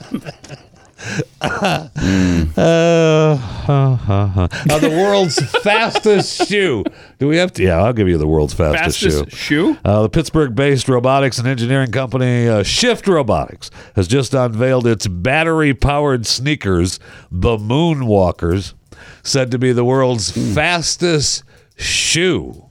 But- Uh, huh, huh, huh. Uh, the world's fastest shoe. Do we have to? Yeah, I'll give you the world's fastest, Fastest shoe? Uh, the Pittsburgh-based robotics and engineering company uh, Shift Robotics has just unveiled its battery-powered sneakers, the Moonwalkers, said to be the world's Hmm. fastest shoe.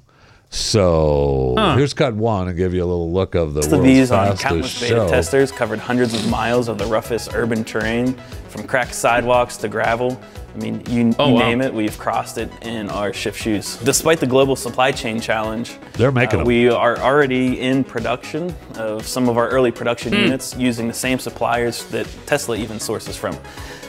So Huh. here's cut one and give you a little look of the Tests of world's these on fastest countless beta show. testers covered hundreds of miles of the roughest urban terrain, from cracked sidewalks to gravel. I mean, you, Oh, you wow. name it, we've crossed it in our shift shoes. Despite the global supply chain challenge, They're making 'em. we are already in production of some of our early production Hmm. units using the same suppliers that Tesla even sources from.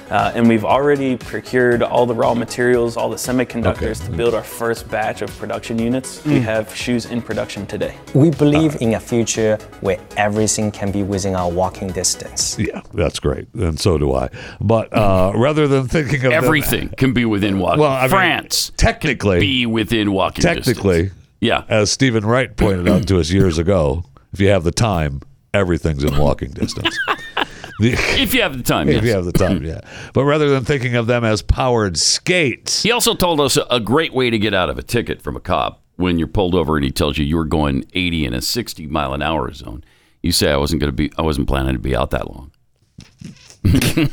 Uh, and we've already procured all the raw materials, all the semiconductors to build our first batch of production units. We Hmm. have shoes in production today. Uh, We believe in a future where everything can be within our walking distance. Yeah, that's great, and so do I. But uh, rather than thinking of them- everything can be within walking. Well, I mean, France technically be within walking. technically, yeah, as Stephen Wright pointed out to us years ago, if you have the time, everything's in walking distance. if you have the time, if yes. you have the time, yeah. But rather than thinking of them as powered skates, He also told us a great way to get out of a ticket from a cop when you're pulled over and he tells you you were going 80 in a 60 mile an hour zone. You say I wasn't going to be, I wasn't planning to be out that long.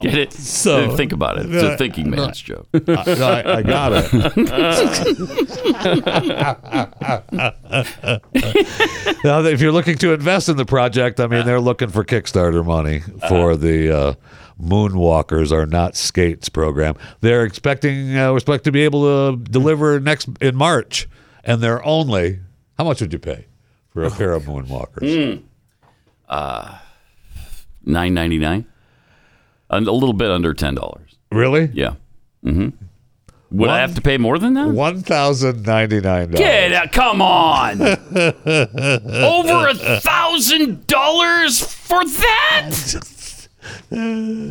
Get it? So- think about it. It's Uh, a thinking no, man's joke. I- no, I- I got now, if you're looking to invest in the project, I mean, they're looking for Kickstarter money for the uh, Moonwalkers Are Not Skates program. They're expecting, uh, we're expect to be able to deliver next in March, and they're only, how much would you pay for a pair of Moonwalkers? Uh, Nine ninety nine, a little bit under ten dollars. Really? Yeah. hmm Would I have to pay more than that? One thousand ninety nine Get out! Come on, over a thousand dollars for that?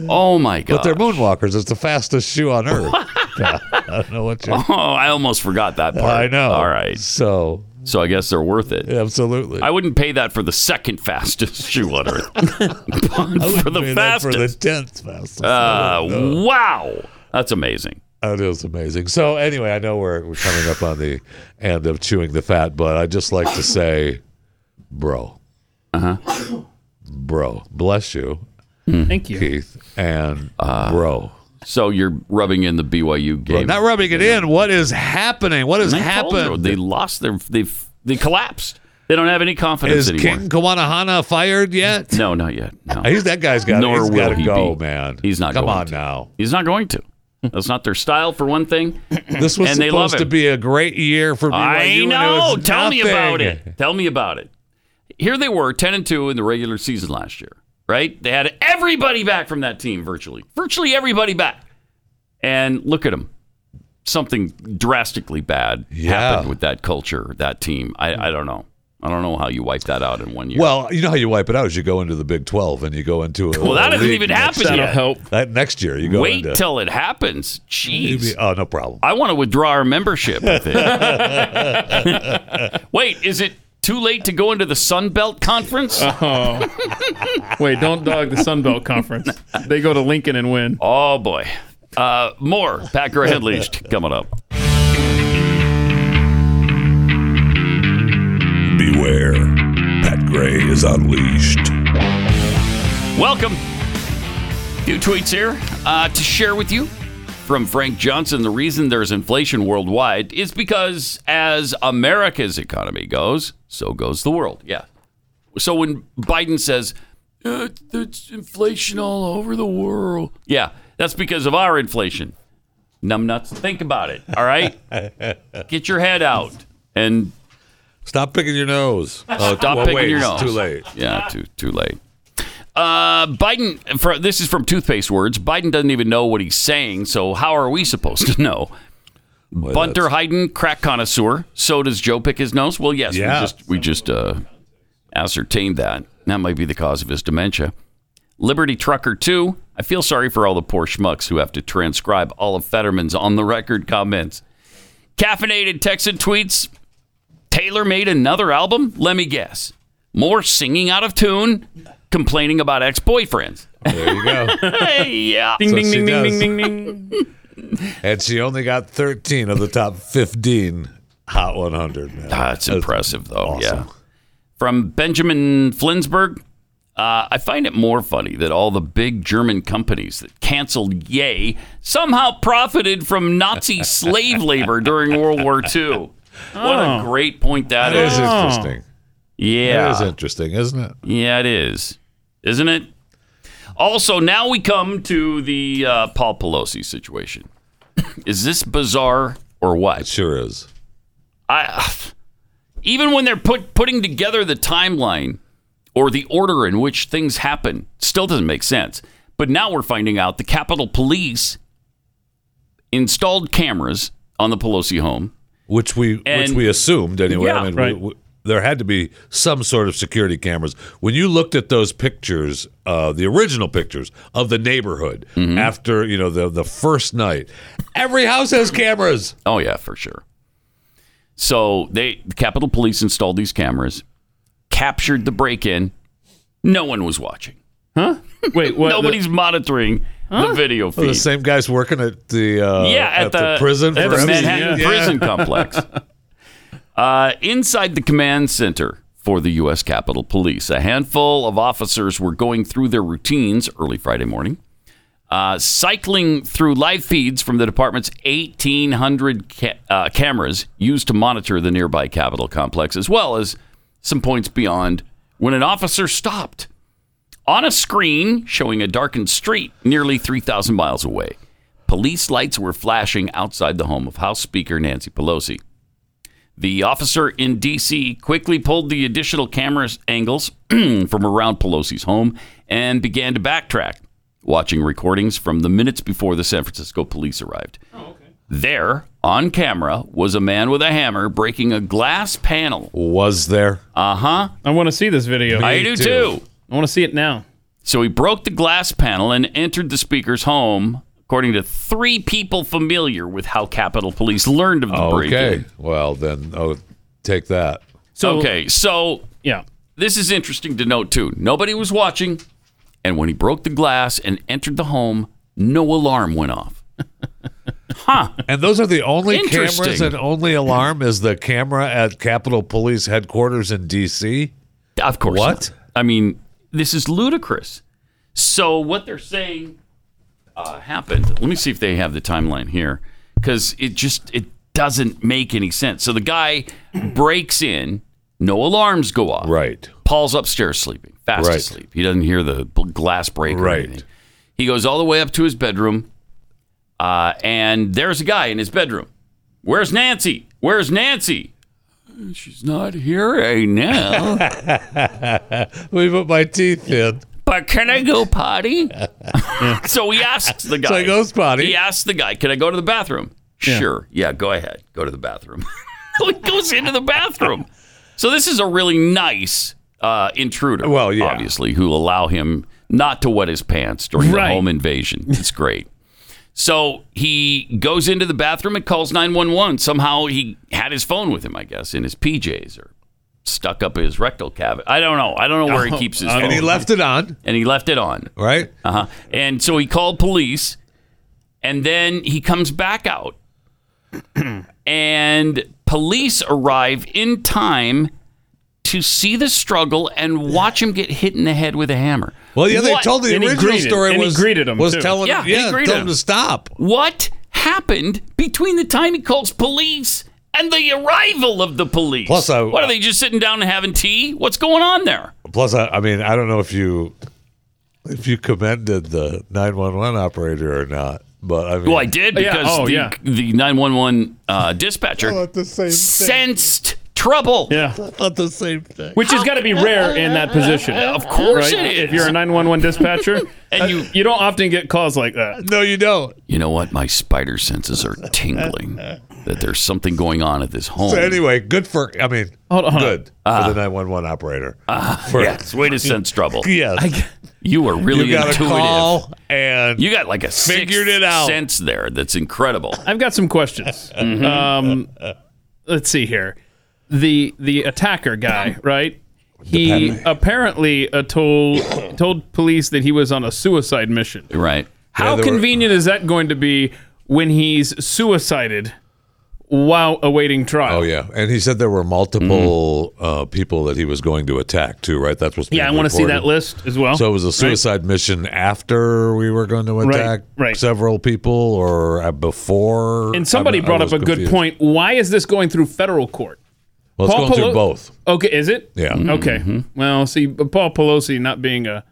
Oh my god! But they're Moonwalkers. It's the fastest shoe on earth. I don't know what you. Oh, I almost forgot that part. I know. All right. So, so I guess they're worth it. Absolutely. I wouldn't pay that for the second fastest shoe on earth. for the for the fastest. tenth fastest. Uh, wow, that's amazing. That is amazing. So anyway, I know we're we're coming up on the end of chewing the fat, but I just like to say, bro, uh huh, bro, bless you, Thank you. Keith, and bro. So you're rubbing in the BYU game. Not rubbing it in. What is happening? What has And I told happened? you, They lost their. They they collapsed. They don't have any confidence Is anymore. King Kawanahana fired yet? No, not yet. No. He's that guy's got. Nor he's will gotta he go, be. man. He's not. Come going on to. now. He's not going to. That's not their style, for one thing. This was and they love supposed to him. be a great year for BYU. I and it know. was Tell me about nothing. it. Tell me about it. Here they were, ten and two in the regular season last year. Right? They had everybody back from that team virtually, virtually everybody back. And look at them. Something drastically bad happened with that culture, that team. I, I don't know. I don't know how you wipe that out in one year. Well, you know how you wipe it out is you go into the Big Twelve and you go into a Well, that a hasn't league even next happened year. yet. That'll help. That next year you go. Wait into, till it happens. Jeez. Oh, no problem. I want to withdraw our membership. I think. Wait, is it too late to go into the Sun Belt Conference? Oh. Wait, don't dog the Sun Belt Conference. They go to Lincoln and win. Oh boy. Uh, more Pat Gray Unleashed coming up. Beware. Pat Gray is unleashed. Welcome. Few tweets here uh, to share with you from Frank Johnson. The reason there's inflation worldwide is because as America's economy goes, so goes the world. Yeah. So when Biden says, uh, there's inflation all over the world, yeah, that's because of our inflation. Numbnuts, think about it. All right, get your head out and stop picking your nose. stop well, picking wait, your it's nose. too late. Yeah, too too late. Uh, Biden. For, this is from Toothpaste Words. Biden doesn't even know what he's saying, so how are we supposed to know? Bunter Hayden, crack connoisseur. So does Joe pick his nose? Well, yes. Yeah. We just we just uh, ascertained that that might be the cause of his dementia. Liberty Trucker Two. I feel sorry for all the poor schmucks who have to transcribe all of Fetterman's on the record comments. Caffeinated Texan tweets. Taylor made another album? Let me guess. More singing out of tune, complaining about ex boyfriends. There you go. yeah. Ding, So ding, she ding, ding, does. ding, ding. And she only got 13 of the top 15 Hot 100. Man. That's impressive, though. Yeah. From Benjamin Flinsberg. Uh, I find it more funny that all the big German companies that canceled Yay somehow profited from Nazi slave labor during World War II. What a Oh. great point that that is is. interesting. Oh. Yeah. That is interesting, isn't it? Yeah, it is, isn't it? Also, now we come to the uh, Paul Pelosi situation. is this bizarre or what? It sure is. I even when they're put putting together the timeline or the order in which things happen, still doesn't make sense. But now we're finding out the Capitol Police installed cameras on the Pelosi home, Which we which And- we assumed anyway. Yeah, I mean, right. we, we- there had to be some sort of security cameras. When you looked at those pictures, uh, the original pictures of the neighborhood Mm-hmm. after you know the the first night, every house has cameras. Oh yeah, for sure. So they the Capitol Police installed these cameras, captured the break-in. No one was watching. Huh? Wait, what? Nobody's monitoring the video Oh, the feed. same guy's working at the uh, yeah, at, the, prison at for the MC. Manhattan Yeah. prison complex. Uh, inside the command center for the U.S. Capitol Police, a handful of officers were going through their routines early Friday morning, uh, cycling through live feeds from the department's 1,800 ca- uh, cameras used to monitor the nearby Capitol complex, as well as some points beyond when an officer stopped on a screen showing a darkened street nearly 3,000 miles away. Police lights were flashing outside the home of House Speaker Nancy Pelosi. The officer in D.C. quickly pulled the additional camera angles from around Pelosi's home and began to backtrack, watching recordings from the minutes before the San Francisco police arrived. There, on camera, was a man with a hammer breaking a glass panel. Was there? Uh huh. I want to see this video. I do too. I want to see it now. So he broke the glass panel and entered the speaker's home, according to three people familiar with how Capitol Police learned of the break. Okay. Well, then, oh, take that. okay, so yeah, this is interesting to note too. Nobody was watching, and when he broke the glass and entered the home, no alarm went off. And those are the only Interesting. cameras and only alarm is the camera at Capitol Police headquarters in D.C. Of course. What? I mean, this is ludicrous. So what they're saying uh, happened. Let me see if they have the timeline here, because it just it doesn't make any sense. So the guy breaks in, no alarms go off. Right. Paul's upstairs sleeping, fast Right. asleep. He doesn't hear the bl- glass break or Right. anything. He goes all the way up to his bedroom, uh, and there's a guy in his bedroom. Where's Nancy? Where's Nancy? She's not here right now. we put my teeth in. But can I go potty? so he asks the guy. So he goes potty. He asks the guy, "Can I go to the bathroom?" Sure. Yeah, go ahead. Go to the bathroom. So he goes into the bathroom. So this is a really nice uh, intruder. Well, yeah. Obviously, who allow him not to wet his pants during Right. the home invasion. It's great. So he goes into the bathroom and calls 911. Somehow he had his phone with him, I guess, in his PJs or stuck up his rectal cavity. I don't know. I don't know where he keeps his phone. Oh, And he left it on. And he left it on. Right? Uh huh. And so he called police, and then he comes back out, and police arrive in time to see the struggle and watch him get hit in the head with a hammer. Well, yeah, they What- told the original story was was telling yeah, he yeah, greeted told him. him to stop. What happened between the time he calls police and the arrival of the police? Plus, I- what are they just sitting down and having tea? What's going on there? Plus, I, I mean, I don't know if you if you commended the nine one one operator or not, but I mean, Well, I did because oh, the, the 911 uh, dispatcher All at the same thing. sensed trouble. Yeah. Not the same thing. Which has got to be rare in that position. Of course right? it is. If you're a 911 dispatcher, and you you don't often get calls like that. No, you don't. You know what? My spider senses are tingling that there's something going on at this home. So anyway, good for I mean, Hold on. good Ah. for the nine one one operator. for, yes, way to sense trouble. Yes. you are really You got a intuitive. call and you got like a figured it out sense there. That's incredible. I've got some questions. Mm-hmm. Um, let's see here. The the attacker guy, right? He apparently uh, told told police that he was on a suicide mission. Right. How there were- convenient is that going to be when he's suicided while awaiting trial? Oh yeah, and he said there were multiple uh, people that he was going to attack too, right? That's what's Mm-hmm. Yeah, I want to see that list as well. So it was a suicide mission after we were going to Right, attack right. several people, or uh, before. And somebody I'm- I brought up was a good confused. point. Why is this going through federal court? Well, it's going Pelo- through both. Okay, is it? Mm-hmm. Yeah. Mm-hmm. Okay. Well, see, but Paul Pelosi not being a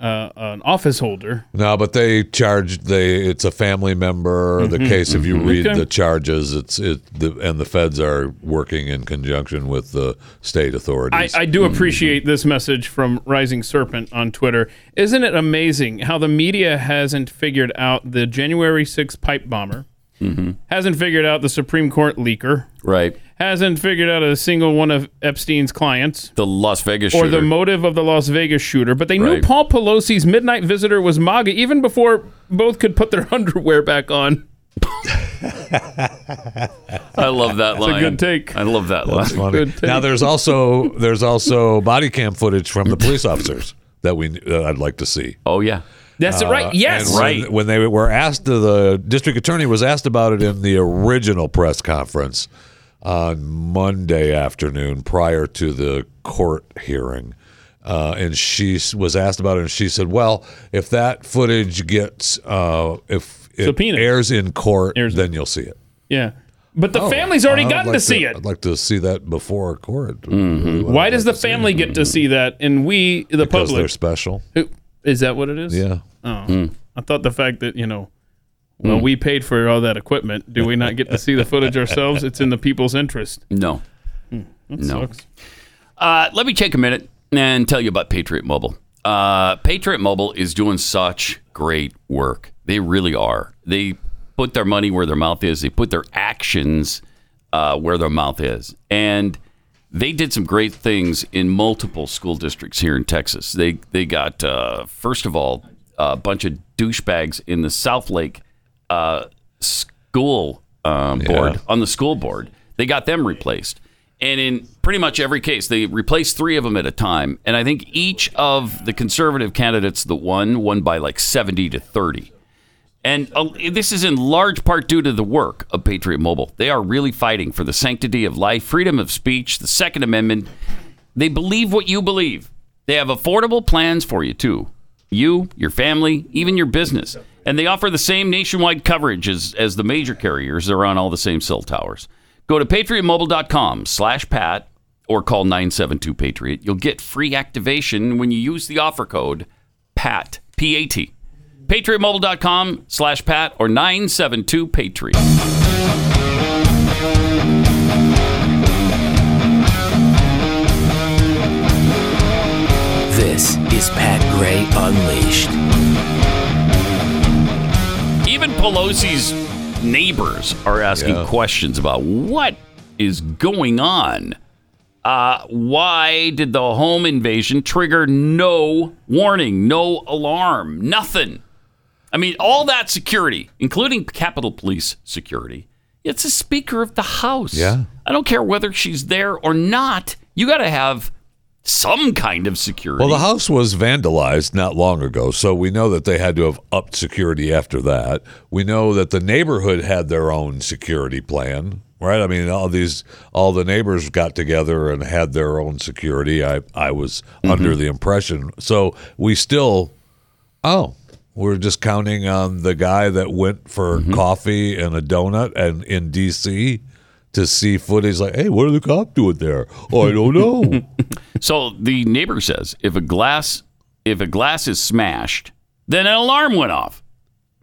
uh, an office holder. No, but they charged. They it's a family member. The Mhm, case, if you mhm. read Okay. the charges, it's it the, and the feds are working in conjunction with the state I, authorities. I do appreciate this message from Rising Serpent on Twitter. Isn't it amazing how the media hasn't figured out the January 6th pipe bomber, Mm-hmm. hasn't figured out the Supreme Court leaker, Right. hasn't figured out a single one of Epstein's clients? The Las Vegas or shooter. the motive of the Las Vegas shooter, but they knew Right. Paul Pelosi's midnight visitor was MAGA even before both could put their underwear back on. I love that That's a line. good take. I love that That's line. funny. Now there's also there's also body cam footage from the police officers that we that I'd like to see. Oh yeah, That's uh, right. Yes. When, Right. when they were asked, the district attorney was asked about it in the original press conference on Monday afternoon prior to the court hearing. Uh, and she s- was asked about it, and she said, "Well, if that footage gets uh, if it Subpoenaed. airs in court, then you'll see it." Yeah. But the Oh, family's already I'd gotten like to see it. I'd like to see that before court. Why does the family get to see that and we, the Because public? they're special. Who- Is that what it is? Yeah. Oh. Hmm. I thought the fact that, you know, well, we paid for all that equipment. Do we not get to see the footage ourselves? It's in the people's interest. No. Hmm, that No. sucks. Uh, let me take a minute and tell you about Patriot Mobile. Uh, Patriot Mobile is doing such great work. They really are. They put their money where their mouth is. They put their actions uh, where their mouth is, and they did some great things in multiple school districts here in Texas. They they got uh, first of all a bunch of douchebags in the South Lake uh, school um, board on the school board. They got them replaced. And in pretty much every case, they replaced three of them at a time. And I think each of the conservative candidates that won won by like 70 to 30. And uh, this is in large part due to the work of Patriot Mobile. They are really fighting for the sanctity of life, freedom of speech, the Second Amendment. They believe what you believe. They have affordable plans for you, too. You, your family, even your business. And they offer the same nationwide coverage as, as the major carriers. They're on all the same cell towers. Go to patriotmobile.com slash Pat or call 972 Patriot. You'll get free activation when you use the offer code PAT, P A T. PatriotMobile.com slash Pat or 972 Patriot. This is Pat Gray Unleashed. Even Pelosi's neighbors are asking questions about what is going on. Uh, why did the home invasion trigger no warning, no alarm, nothing? I mean, all that security, including Capitol Police security, it's the Speaker of the House. Yeah. I don't care whether she's there or not. You got to have some kind of security. Well, the house was vandalized not long ago, so we know that they had to have upped security after that. We know that the neighborhood had their own security plan, right? I mean, all these, all the neighbors got together and had their own security. I, I was under the impression. So we still, oh, we're just counting on the guy that went for coffee and a donut and in D.C. to see footage like, hey, what are the cop doing there? Oh, I don't know. So the neighbor says if a glass if a glass is smashed, then an alarm went off.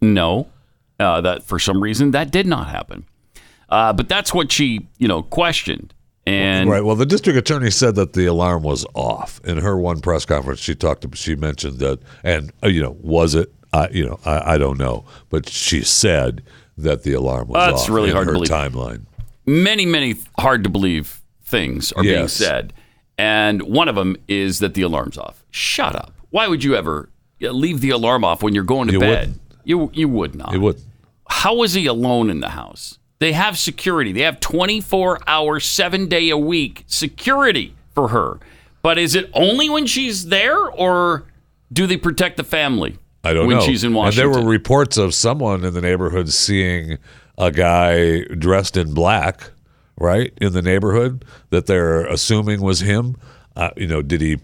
No, uh, that for some reason that did not happen. Uh, but that's what she you know questioned. And right. Well, the district attorney said that the alarm was off. In her one press conference, she talked. She mentioned that, and uh, you know, was it? I, you know, I, I don't know, but she said that the alarm was Uh, off. it's really in hard to her believe. timeline. many many hard to believe things are being Yes. said, and one of them is that the alarm's off. Shut up! Why would you ever uh, leave the alarm off when you're going to You bed? wouldn't. You you would not. It would. how was he alone in the house? They have security. They have 24 hour, seven day a week security for her. But is it only when she's there, or do they protect the family? I don't when know. When she's in And there Washington. were reports of someone in the neighborhood seeing a guy dressed in black, right, in the neighborhood that they're assuming was him. Uh, you know, did he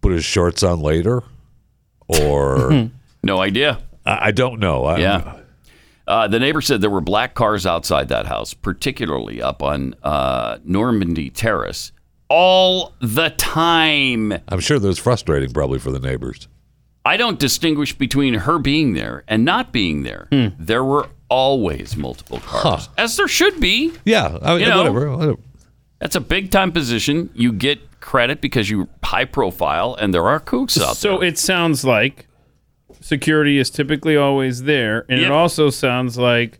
put his shorts on later, or no idea? I, I don't know. I, yeah. Uh, the neighbor said there were black cars outside that house, particularly up on uh, Normandy Terrace, all the time. I'm sure that was frustrating probably for the neighbors. I don't distinguish between her being there and not being there. Hmm. There were always multiple cars, as there should be. Yeah, I mean, You know? whatever, whatever. That's a big time position. You get credit because you high profile, and there are kooks out there. So it sounds like security is typically always there, and it also sounds like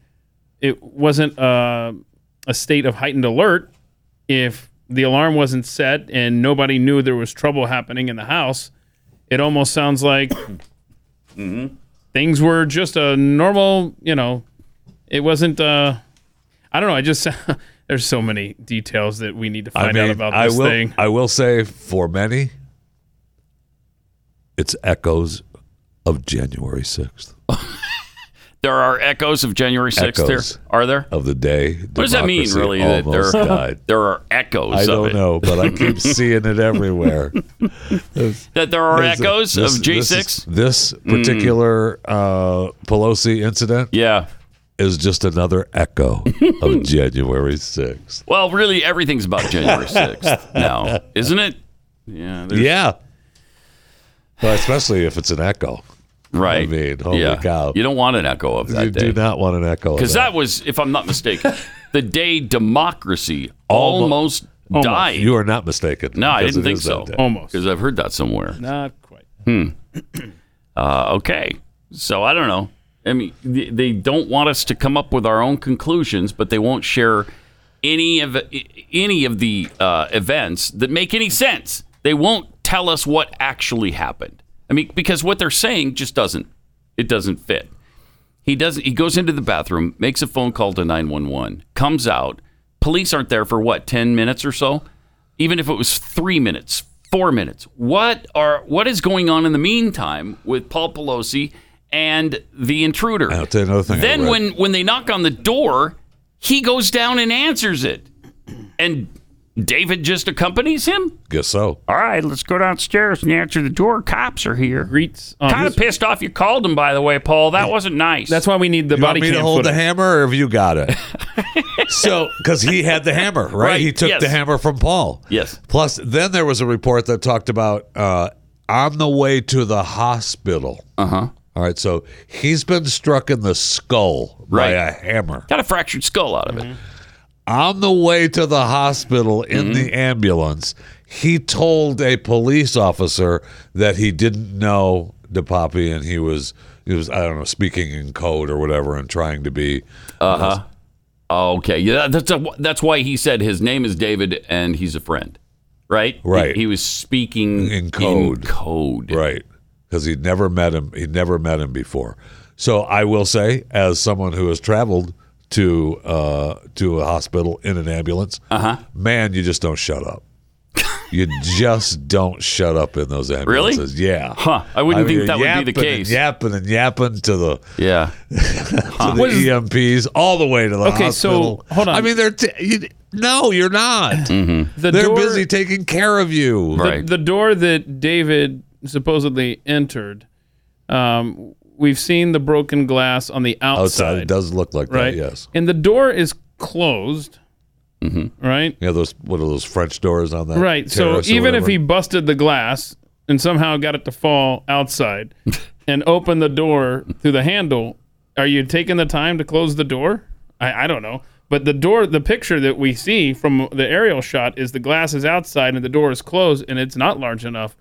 it wasn't uh, a state of heightened alert if the alarm wasn't set and nobody knew there was trouble happening in the house. It almost sounds like Mm-hmm. things were just a normal, you know, it wasn't. Uh, I don't know. I just there's so many details that we need to find I mean, out about this I will, thing. I will say for many, It's echoes of January 6th. There are echoes of January 6th Echoes here. Are there? Of the day. What does that mean, democracy really? That almost there, died. there are echoes I of don't it. know, but I keep seeing it everywhere. There's- That there are there's a- echoes this- of J6? This, is- this particular Mm. uh, Pelosi incident yeah. is just another echo of January 6th. Well, really, everything's about January 6th now, isn't it? Yeah. there's- Yeah. Well, especially if it's an echo. Right. I mean, holy yeah. cow. You don't want an echo of that You day. do not want an echo. of Because that was, if I'm not mistaken, the day democracy Almo- almost, Almost. died. You are not mistaken. No, I because didn't it think is that so. day. Because I've heard that somewhere. Not quite. Hmm. Uh, okay. So I don't know. I mean, th- they don't want us to come up with our own conclusions, but they won't share any of any of the uh, events that make any sense. They won't tell us what actually happened. I mean, because what they're saying just doesn't it doesn't fit. He doesn't. He goes into the bathroom, makes a phone call to nine one one, comes out. Police aren't there for what ten minutes or so. Even if it was three minutes, four minutes. What are what is going on in the meantime with Paul Pelosi and the intruder? I'll tell you another thing. I then read. when when they knock on the door, he goes down and answers it, and David just accompanies him. Guess so. All right, let's go downstairs and answer the door. Cops are here. Greets. kind of pissed off you called him, by the way, Paul. That wasn't nice. That's why we need the you body want me to cam hold footage. the hammer, or have you got it? so, because he had the hammer, right? Right, He took yes. the hammer from Paul. Yes. Plus, then there was a report that talked about uh, on the way to the hospital. Uh Uh-huh. huh. All right, so he's been struck in the skull Right. Mm-hmm. by a hammer. Got a fractured skull out of it. On the way to the hospital Mm-hmm. in the ambulance, he told a police officer that he didn't know DePapi and he was he was I don't know speaking in code or whatever and trying to be Uh huh. Okay. Yeah. That's a, that's why he said his name is David and he's a friend, right? Right. He, he was speaking in code. code. Right. Because he'd never met him. He'd never met him before. So I will say, as someone who has traveled to uh, to a hospital in an ambulance, uh-huh. man, you just don't shut up. you just don't shut up in those Really? ambulances. Yeah. Huh. I wouldn't think you're that would be the yapping and case. yapping and yapping to the yeah to the EMPs all the way to the Okay, hospital. so hold on. Mm-hmm. I mean, they're t- you, no, you're not. The they're door- busy taking care of you. the, the door that David supposedly entered, um, we've seen the broken glass on the outside, Outside, it does look like right? that. Yes. And the door is closed, right? Yeah, those what are those French doors on that? right. So terrace or even if whatever? he busted the glass and somehow got it to fall outside and opened the door through the handle, are you taking the time to close the door? I, I don't know. But the door, the picture that we see from the aerial shot is the glass is outside and the door is closed and it's not large enough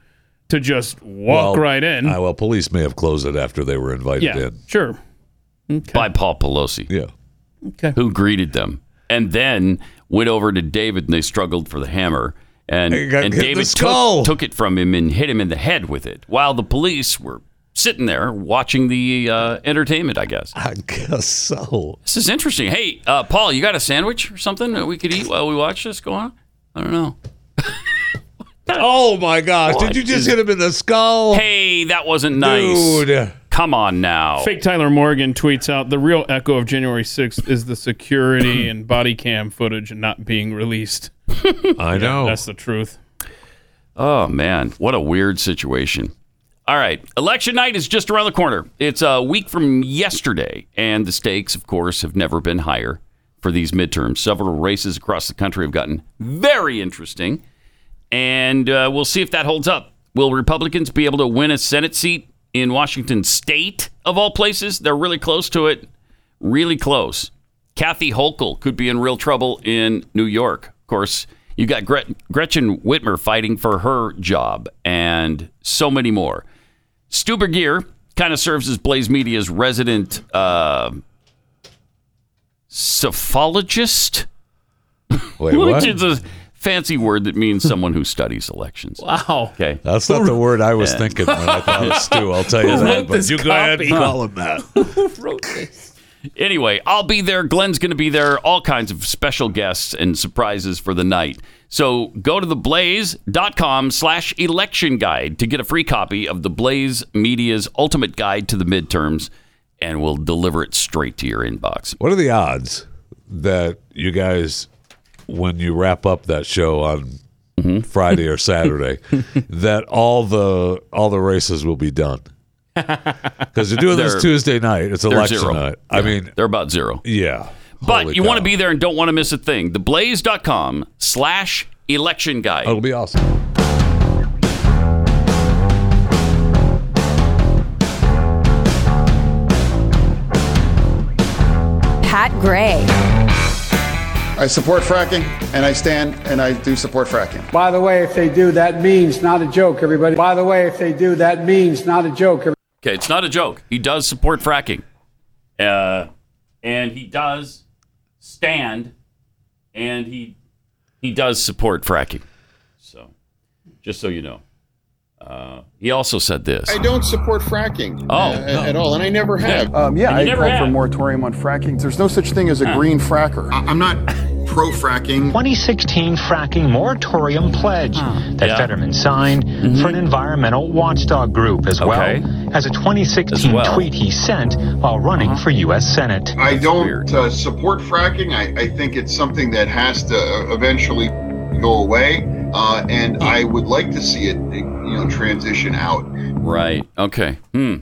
to just walk Well, right in. ah, well, police may have closed it after they were invited yeah, in. sure. By Paul Pelosi. Yeah. Okay. Who greeted them and then went over to David and they struggled for the hammer. And, He got and hit in the David skull. took, took it from him and hit him in the head with it while the police were sitting there watching the uh, entertainment, I guess. I guess so. This is interesting. Hey, uh, Paul, you got a sandwich or something that we could eat while we watch this go on? I don't know. Oh my gosh! What Did you is- just hit him in the skull? Hey, that wasn't nice. Dude. Come on now. Fake Tyler Morgan tweets out the real echo of January 6th is the security and body cam footage not being released. I know. That's the truth. Oh, man. What a weird situation. All right. Election night is just around the corner. It's a week from yesterday, and the stakes, of course, have never been higher for these midterms. Several races across the country have gotten very interesting, and uh, we'll see if that holds up. Will Republicans be able to win a Senate seat in Washington state, of all places? They're really close to it. Really close. Kathy Hochul could be in real trouble in New York. Of course, you got Gret- Gretchen Whitmer fighting for her job and so many more. Stuber Gear kind of serves as Blaze Media's resident uh, cephalogist, Wait, which what? is a fancy word that means someone who studies elections. Wow. Okay. That's not the word I was thinking when I thought of Stu. I'll tell you that. But you go ahead and copy? call him that. Anyway, I'll be there. Glenn's going to be there. All kinds of special guests and surprises for the night. So go to theblaze.com slash election guide to get a free copy of the Blaze Media's Ultimate Guide to the Midterms, and we'll deliver it straight to your inbox. What are the odds that you guys, when you wrap up that show on Mm-hmm. Friday or Saturday, that all the all the races will be done? Because you're doing They're- this Tuesday night. It's they're election zero. night. I mean, they're about zero. Yeah. But you want to be there and don't want to miss a thing. Theblaze.com slash election guide. It'll be awesome. Pat Gray. I support fracking, and I stand and I do support fracking. By the way, if they do, that means not a joke, everybody. By the way, if they do, that means not a joke. everybody. Okay, it's not a joke. He does support fracking. Uh, and he does stand and he he does support fracking. So just so you know. Uh, he also said this. I don't support fracking Oh, uh, no. at all, and I never have. Um, yeah, And you I never called have. for a moratorium on fracking. There's no such thing as a green fracker. I- I'm not pro fracking. 2016 fracking moratorium pledge that Yeah. Fetterman signed for an environmental watchdog group, as Okay. well as a 2016 tweet he sent while running for U.S. Senate. I don't uh, support fracking. I, I think it's something that has to uh, eventually go away, uh, and I would like to see it, you know, transition out. Right. Okay. Hmm.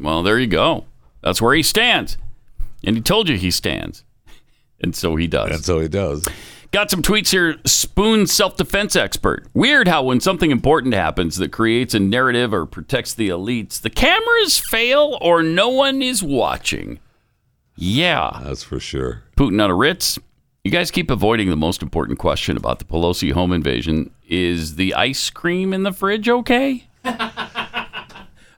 Well, there you go. That's where he stands. And he told you he stands. And so he does. And so he does. Got some tweets here. Spoon self defense expert. Weird how when something important happens that creates a narrative or protects the elites, the cameras fail or no one is watching. Yeah. That's for sure. Putin on a Ritz. You guys keep avoiding the most important question about the Pelosi home invasion. Is the ice cream in the fridge okay?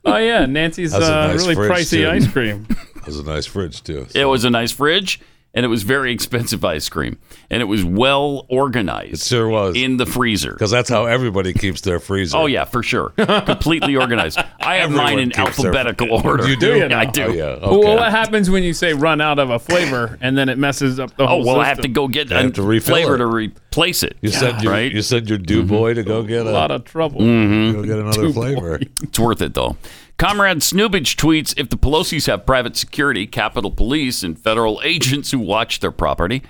Oh yeah, Nancy's That's a uh, nice really fridge, pricey too. ice cream. That was a nice fridge too. It was a nice fridge, and it was very expensive ice cream, and it was well organized. It sure was in the freezer because that's how everybody keeps their freezer. Oh yeah, for sure, completely organized. I have mine Everyone in keeps their- alphabetical order. You do? Yeah, I do. Oh, yeah. Well, what happens when you say run out of a flavor and then it messes up the Oh whole? well, I have to system? go get You have a to refill flavor it. to replace it. You send your, right? you send your dew boy to go get a, lot of trouble. Mhm. Go get another Dew flavor. It's worth it though. Comrade Snoobage tweets If the Pelosi's have private security, Capitol Police, and federal agents who watch their property,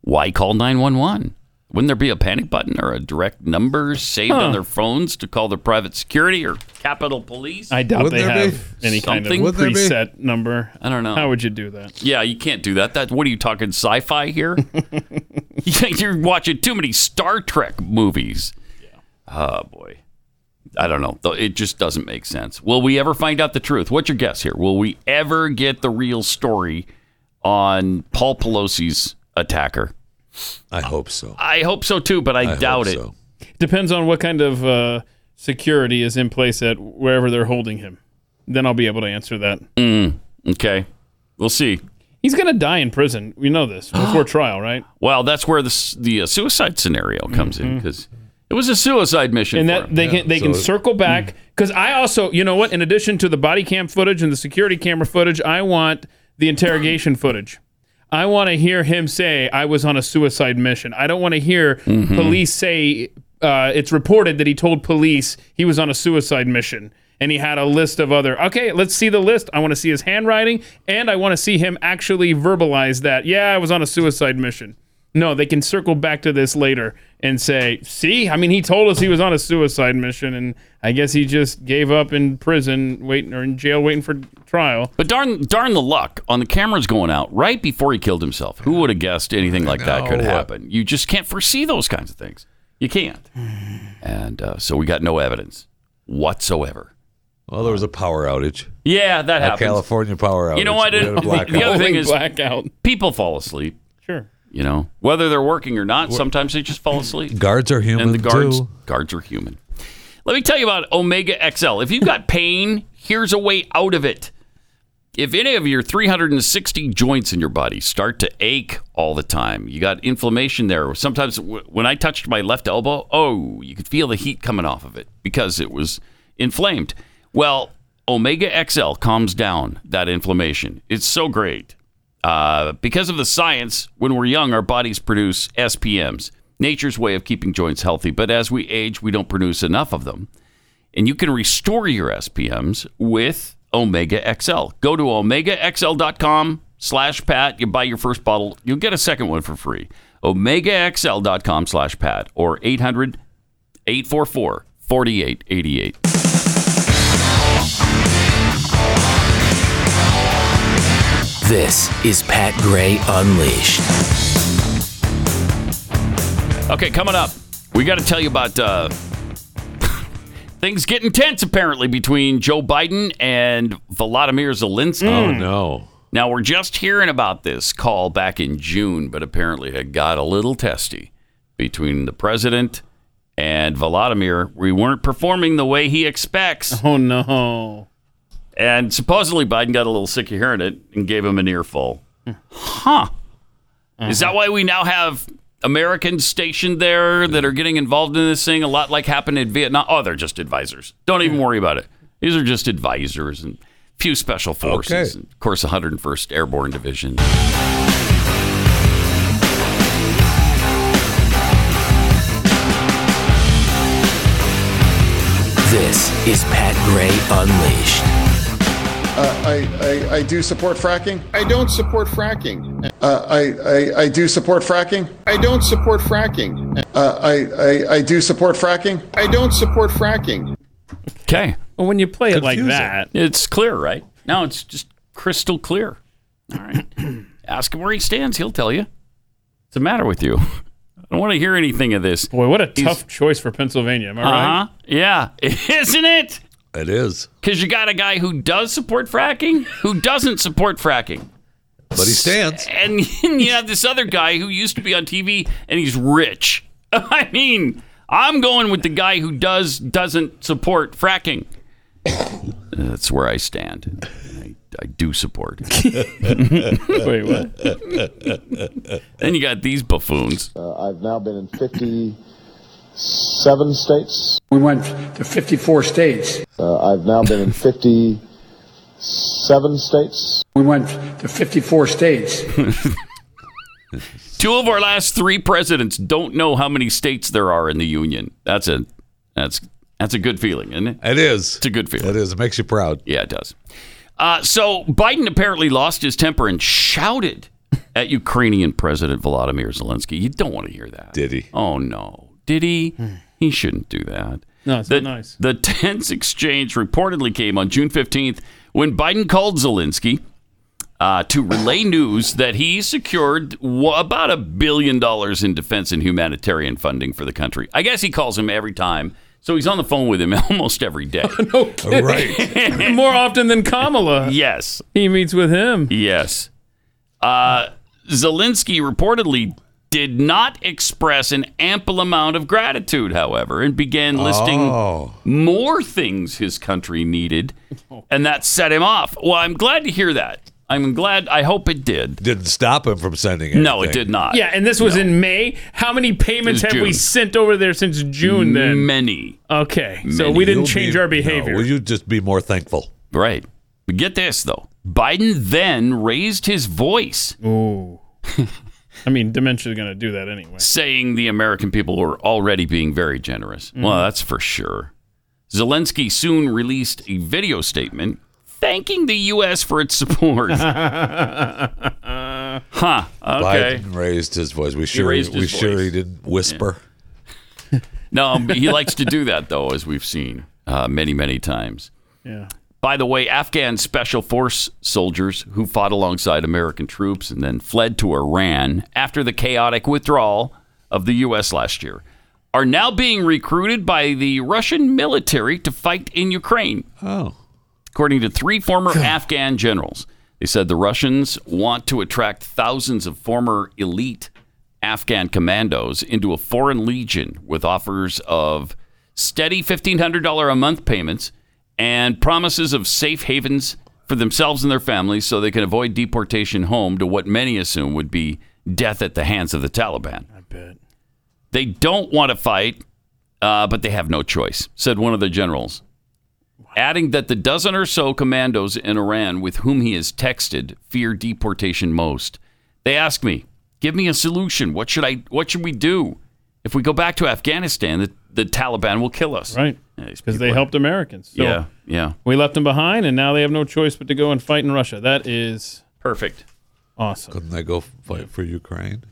why call 911? Wouldn't there be a panic button or a direct number saved Huh. on their phones to call their private security or Capitol Police? I doubt they have any Something? kind of preset number. I don't know. How would you do that? Yeah, you can't do that. That what are you talking sci-fi here? You're watching too many Star Trek movies. Oh boy, I don't know. Though It just doesn't make sense. Will we ever find out the truth? What's your guess here? Will we ever get the real story on Paul Pelosi's attacker? I hope so. I hope so too, but I, doubt it. Depends on what kind of uh, security is in place at wherever they're holding him. Then I'll be able to answer that. Mm, okay, we'll see. He's gonna die in prison. We know this before trial, right? Well, that's where the s- the uh, suicide scenario comes in because it was a suicide mission. Mm-hmm. And for that him. hmm. they can they can circle back because I also you know what in addition to the body cam footage and the security camera footage I want the interrogation footage. I want to hear him say I was on a suicide mission. I don't want to hear Mhm. police say uh, it's reported that he told police he was on a suicide mission and he had a list of other. Okay, let's see the list. I want to see his handwriting and I want to see him actually verbalize that. Yeah, I was on a suicide mission. No, they can circle back to this later and say, "See, I mean, he told us he was on a suicide mission, and I guess he just gave up in prison, waiting or in jail, waiting for trial." But darn, darn the luck on the cameras going out right before he killed himself. Who would have guessed anything like that could know. happen? You just can't foresee those kinds of things. You can't. And uh, so we got no evidence whatsoever. Well, there was a power outage. Yeah, that a happens. California power outage. You know what? We had a blackout. The other thing is blackout. People fall asleep. Sure. You know, whether they're working or not, sometimes they just fall asleep. Guards are human And the guards, too. guards are human. Let me tell you about Omega XL. If you've got pain, here's a way out of it. If any of your 360 joints in your body start to ache all the time, you got inflammation there. Sometimes w- when I touched my left elbow, oh, you could feel the heat coming off of it because it was inflamed. Well, Omega XL calms down that inflammation. It's so great. Uh, because of the science, when we're young, our bodies produce SPMs. nature's way of keeping joints healthy. But as we age, we don't produce enough of them. And you can restore your SPMs with Omega XL. Go to omegaxl.com slash Pat. You buy your first bottle. You'll get a second one for free. omegaxl.com slash Pat or 800 844 4888. This is Pat Gray Unleashed. Okay, coming up, we got to tell you about uh, things get intense apparently between Joe Biden and Volodymyr Zelensky. Oh, no. Now we're just hearing about this call back in June, but apparently it got a little testy between the president and Volodymyr. We weren't performing the way he expects. Oh no! And supposedly Biden got a little sick of hearing it and gave him an earful. Huh. Is that why we now have Americans stationed there that are getting involved in this thing? A lot like happened in Vietnam. Oh, they're just advisors. Don't even worry about it. These are just advisors and few special forces. Okay. And of course, 101st Airborne Division. This is Pat Gray Unleashed. Uh, I, I, I do support fracking. I don't support fracking. Uh, I, I, I do support fracking. I don't support fracking. Uh, I, I, I do support fracking. I don't support fracking. Okay. Well, when you play it like that, it's clear, right? No, it's just crystal clear. All right. Ask him where he stands. He'll tell you. What's the matter with you? I don't want to hear anything of this. Boy, what a tough choice for Pennsylvania. Am I right? Uh-huh. Yeah. Isn't it? It is. Because you got a guy who does support fracking, who doesn't support fracking. But he stands. And you have this other guy who used to be on TV and he's rich. I mean, I'm going with the guy who does doesn't support fracking. That's where I stand. I, I do support. Wait, what? then you got these buffoons. Uh, I've now been in 57 states. We went to 54 states. Uh, I've now been in 57 states. We went to 54 states. Two of our last three presidents don't know how many states there are in the union. That's a that's that's a good feeling, isn't it? It is. It's a good feeling. It is. It makes you proud. Yeah, it does. Uh, so Biden apparently lost his temper and shouted at Ukrainian President Volodymyr Zelensky. You don't want to hear that. Did he? Oh no, did he? he shouldn't do that. Hmm. No, it's the, not nice. The tense exchange reportedly came on June 15th when Biden called Zelensky uh, to relay news that he secured w- about a billion dollars in defense and humanitarian funding for the country. I guess he calls him every time, so he's on the phone with him almost every day. Right. More often than Kamala. yes. He meets with him. Yes. Uh, Zelensky reportedly did not express an ample amount of gratitude, however, and began listing Oh. more things his country needed, and that set him off. Well, I'm glad to hear that. I'm glad. I hope it did. Didn't stop him from sending it. No, it did not. Yeah, and this was in May. How many payments It was have we June. sent over there since June then? Many. Okay. So we didn't You'll change be- our No, behavior. will you just be more thankful? Right. But get this, though. Biden then raised his voice, Ooh. I mean, dementia's going to do that anyway. saying the American people were already being very generous. Well, that's for sure. Zelensky soon released a video statement thanking the U.S. for its support. huh. Okay. Biden raised his voice. We sure raised we his sure voice. he didn't whisper. No, um, he likes to do that, though, as we've seen uh, many, many times. Yeah. By the way, Afghan special force soldiers who fought alongside American troops and then fled to Iran after the chaotic withdrawal of the U.S. last year are now being recruited by the Russian military to fight in Ukraine. Oh. According to three former Afghan generals, they said the Russians want to attract thousands of former elite Afghan commandos into a foreign legion with offers of steady $1,500 a month payments and promises of safe havens for themselves and their families so they can avoid deportation home to what many assume would be death at the hands of the Taliban. I bet. They don't want to fight, uh, but they have no choice, said one of the generals adding that the dozen or so commandos in Iran with whom he has texted fear deportation most. They ask me, "Give me a solution. What should I what should we do?" If we go back to Afghanistan, the, the Taliban will kill us. Right. Because they helped Americans. So yeah, yeah. We left them behind, and now they have no choice but to go and fight in Russia. That is perfect. Awesome. Couldn't they go fight for Ukraine?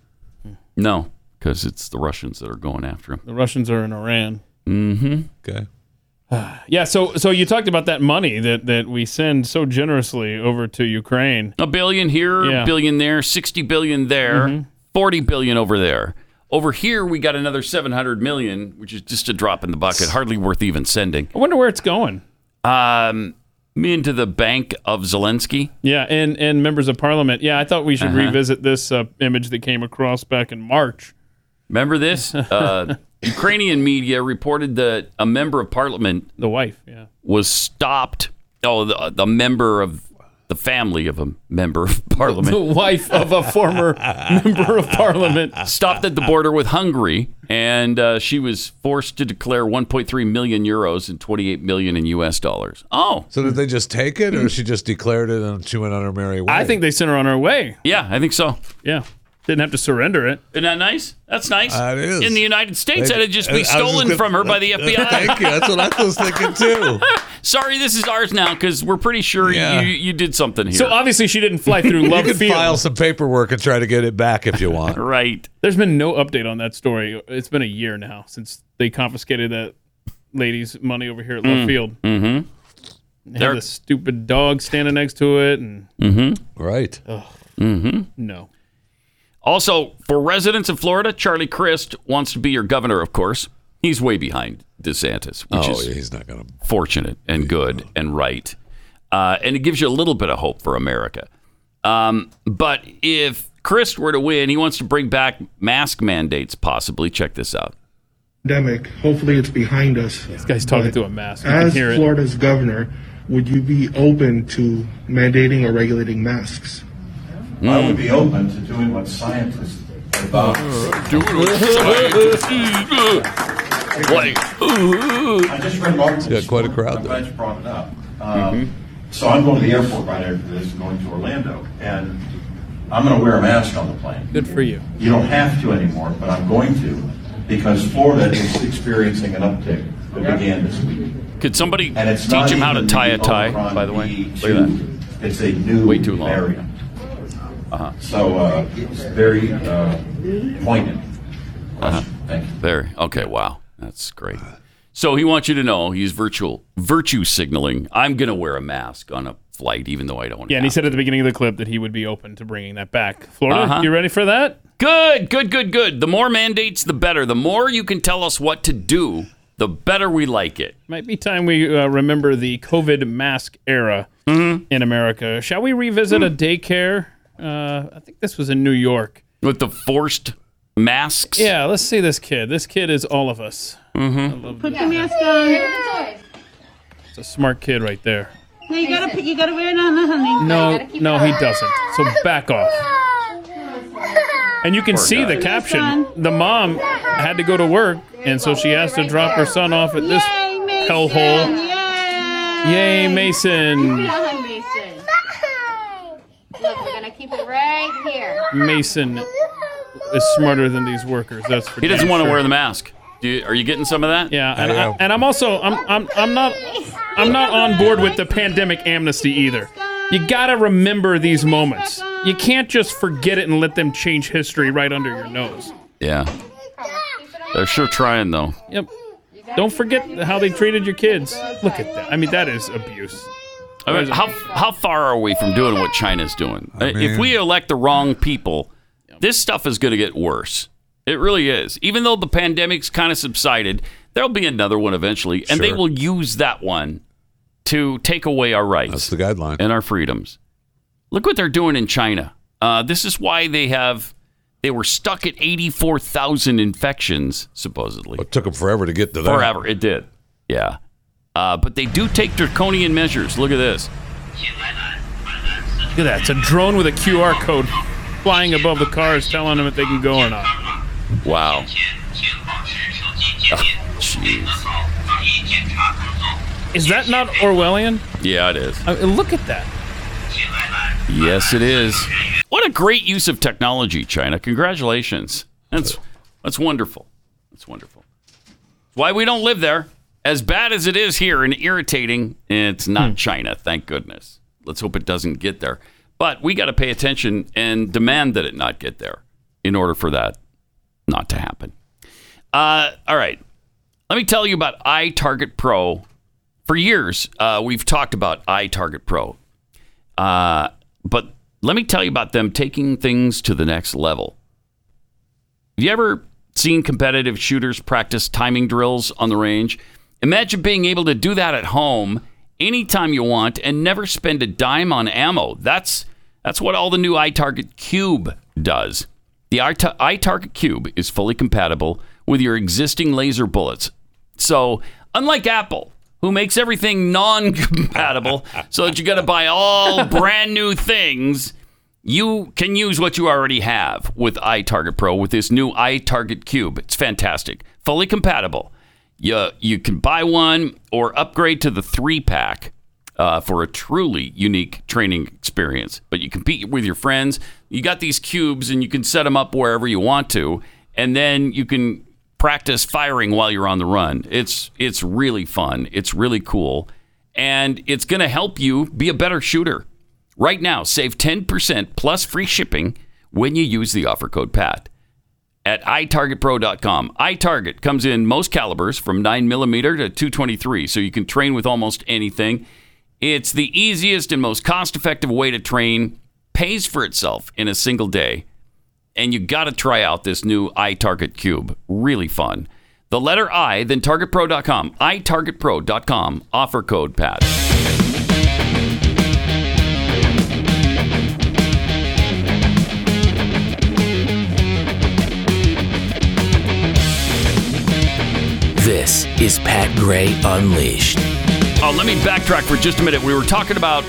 No, because it's the Russians that are going after them. The Russians are in Iran. Mm-hmm. Okay. Yeah. So so you talked about that money that that we send so generously over to Ukraine. A billion here, Yeah. a billion there, 60 billion there, 40 billion over there. Over here, we got another 700 million, which is just a drop in the bucket, hardly worth even sending. I wonder where it's going. Um, into the bank of Zelensky. Yeah, and and members of parliament. Yeah, I thought we should Uh-huh. revisit this uh, image that came across back in March. Remember this? Uh, Ukrainian media reported that a member of parliament, the wife, yeah, was stopped. Oh, the, the member of the family of a member of parliament, The wife of a former member of parliament, stopped at the border with Hungary, and uh, she was forced to declare 1.3 million euros and 28 million in U.S. dollars. Oh. So did they just take it, or she just declared it and she went on her merry way? I think they sent her on her way. Yeah, I think so. Yeah, didn't have to surrender it. Isn't that nice? That's nice. Uh, it is. In the United States, They- that'd just I be was just stolen gonna- from her by the uh, FBI. thank you. That's what I was thinking too. Sorry, this is ours now because we're pretty sure Yeah. you, you did something here. So uh, obviously she didn't fly through you Love can Field. file some paperwork and try to get it back if you want. right. There's been no update on that story. It's been a year now since they confiscated that lady's money over here at Love Mm. Field. Mm-hmm. They had They're- the stupid dog standing next to it, and Mm-hmm. Right. Mm-hmm. no. Also, for residents of Florida, Charlie Crist wants to be your governor, of course. He's way behind DeSantis, which Oh, is yeah, he's not gonna- fortunate and good and right. Uh, and it gives you a little bit of hope for America. Um, but if Crist were to win, he wants to bring back mask mandates, possibly. Check this out. pandemic. Hopefully, it's behind us. This guy's talking through a mask. You can As hear it. Florida's governor, would you be open to mandating or regulating masks? I would be open to doing what scientists about. I just read an article. Yeah, quite a crowd I'm there. glad you brought it up. Uh, So I'm going to the airport right after this, going to Orlando, and I'm going to wear a mask on the plane. Good for you. You don't have to anymore, but I'm going to because Florida is experiencing an uptick that began this week. Could somebody And it's teach not him how to even tie a the tie, Omicron by the way? B2. Look at It's a new Way too long. variant. Uh-huh. So uh, it's very uh, poignant. Uh-huh. There. Okay. Wow. That's great. So he wants you to know he's virtual virtue signaling. I'm going to wear a mask on a flight, even though I don't. Yeah, and he said at the beginning of the clip that he would be open to bringing that back. Florida, Uh-huh. you ready for that? Good. Good. Good. Good. The more mandates, the better. The more you can tell us what to do, the better we like it. Might be time we uh, remember the COVID mask era Mm-hmm. in America. Shall we revisit Mm. a daycare? Uh, I think this was in New York. With the forced masks? Yeah, let's see this kid. This kid is all of us. Mm-hmm. Put the mask on. It's a smart kid right there. No, you gotta put, you gotta wear it on, honey. No, no, he doesn't. So back off. And you can Poor see guy. the caption. The mom had to go to work, and so she has to drop her son off at this hellhole. Yay, Mason! on, Mason. Look, we're gonna keep it right here. Mason is smarter than these workers. That's for He doesn't damn want to sure. wear the mask. Do you, are you getting some of that? Yeah, and, I, and I'm also I'm I'm I'm not I'm not on board with the pandemic amnesty either. You gotta remember these moments. You can't just forget it and let them change history right under your nose. yeah. They're sure trying though. Yep. Don't forget how they treated your kids. Look at that. I mean, that is abuse. I mean, how how far are we from doing what China's doing? if mean- we elect the wrong people, this stuff is going to get worse. It really is. Even though the pandemic's kind of subsided, there'll be another one eventually, and they Sure. will use that one to take away our rights. That's the guideline and our freedoms. Look what they're doing in China. Uh, this is why they have they were stuck at eighty four thousand infections supposedly. It took them forever to get to that. Forever. It did. Yeah. Uh, but they do take draconian measures. Look at this. Look at that. It's a drone with a QR code flying above the cars telling them if they can go or not. Wow. Jeez. Is that not Orwellian? Yeah, it is. I mean, look at that. Yes, it is. What a great use of technology, China. Congratulations. That's that's wonderful. It's wonderful. It's why we don't live there. As bad as it is here and irritating, it's not China, thank goodness. Let's hope it doesn't get there. But we got to pay attention and demand that it not get there in order for that not to happen. Uh, all right. Let me tell you about iTarget Pro. For years, uh, we've talked about iTarget Pro. Uh, but let me tell you about them taking things to the next level. Have you ever seen competitive shooters practice timing drills on the range? Imagine being able to do that at home anytime you want and never spend a dime on ammo. That's that's what all the new iTarget Cube does. The iT- iTarget Cube is fully compatible with your existing laser bullets. So, unlike Apple, who makes everything non-compatible so that you got to buy all brand new things, you can use what you already have with iTarget Pro with this new iTarget Cube. It's fantastic, fully compatible. You, you can buy one or upgrade to the three pack uh, for a truly unique training experience. But you compete with your friends. You got these cubes and you can set them up wherever you want to, and then you can practice firing while you're on the run. It's it's really fun. It's really cool, and it's going to help you be a better shooter. Right now, save 10% plus free shipping when you use the offer code PAT at itargetpro.com. iTarget comes in most calibers from 9mm to 223, so you can train with almost anything. It's the easiest and most cost effective way to train, pays for itself in a single day. And you got to try out this new iTarget Cube. Really fun. The letter I, then targetpro.com, itargetpro.com, offer code PAT. This is Pat Gray Unleashed. Oh, let me backtrack for just a minute. We were talking about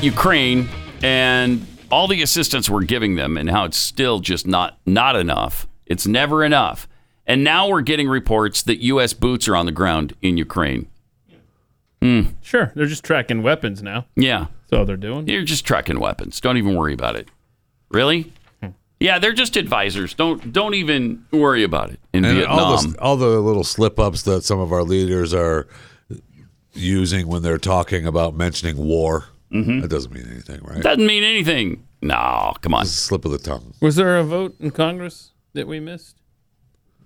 Ukraine and all the assistance we're giving them and how it's still just not not enough. It's never enough. And now we're getting reports that US boots are on the ground in Ukraine. Mm, Sure, they're just tracking weapons now. yeah. That's all they're doing. You're just tracking weapons. Don't even worry about it. Really? Yeah, they're just advisors. Don't don't even worry about it in And Vietnam. All, the, all the little slip ups that some of our leaders are using when they're talking about mentioning war. That doesn't mean anything, right? Doesn't mean anything. No, come on. slip of the tongue. Was there a vote in Congress that we missed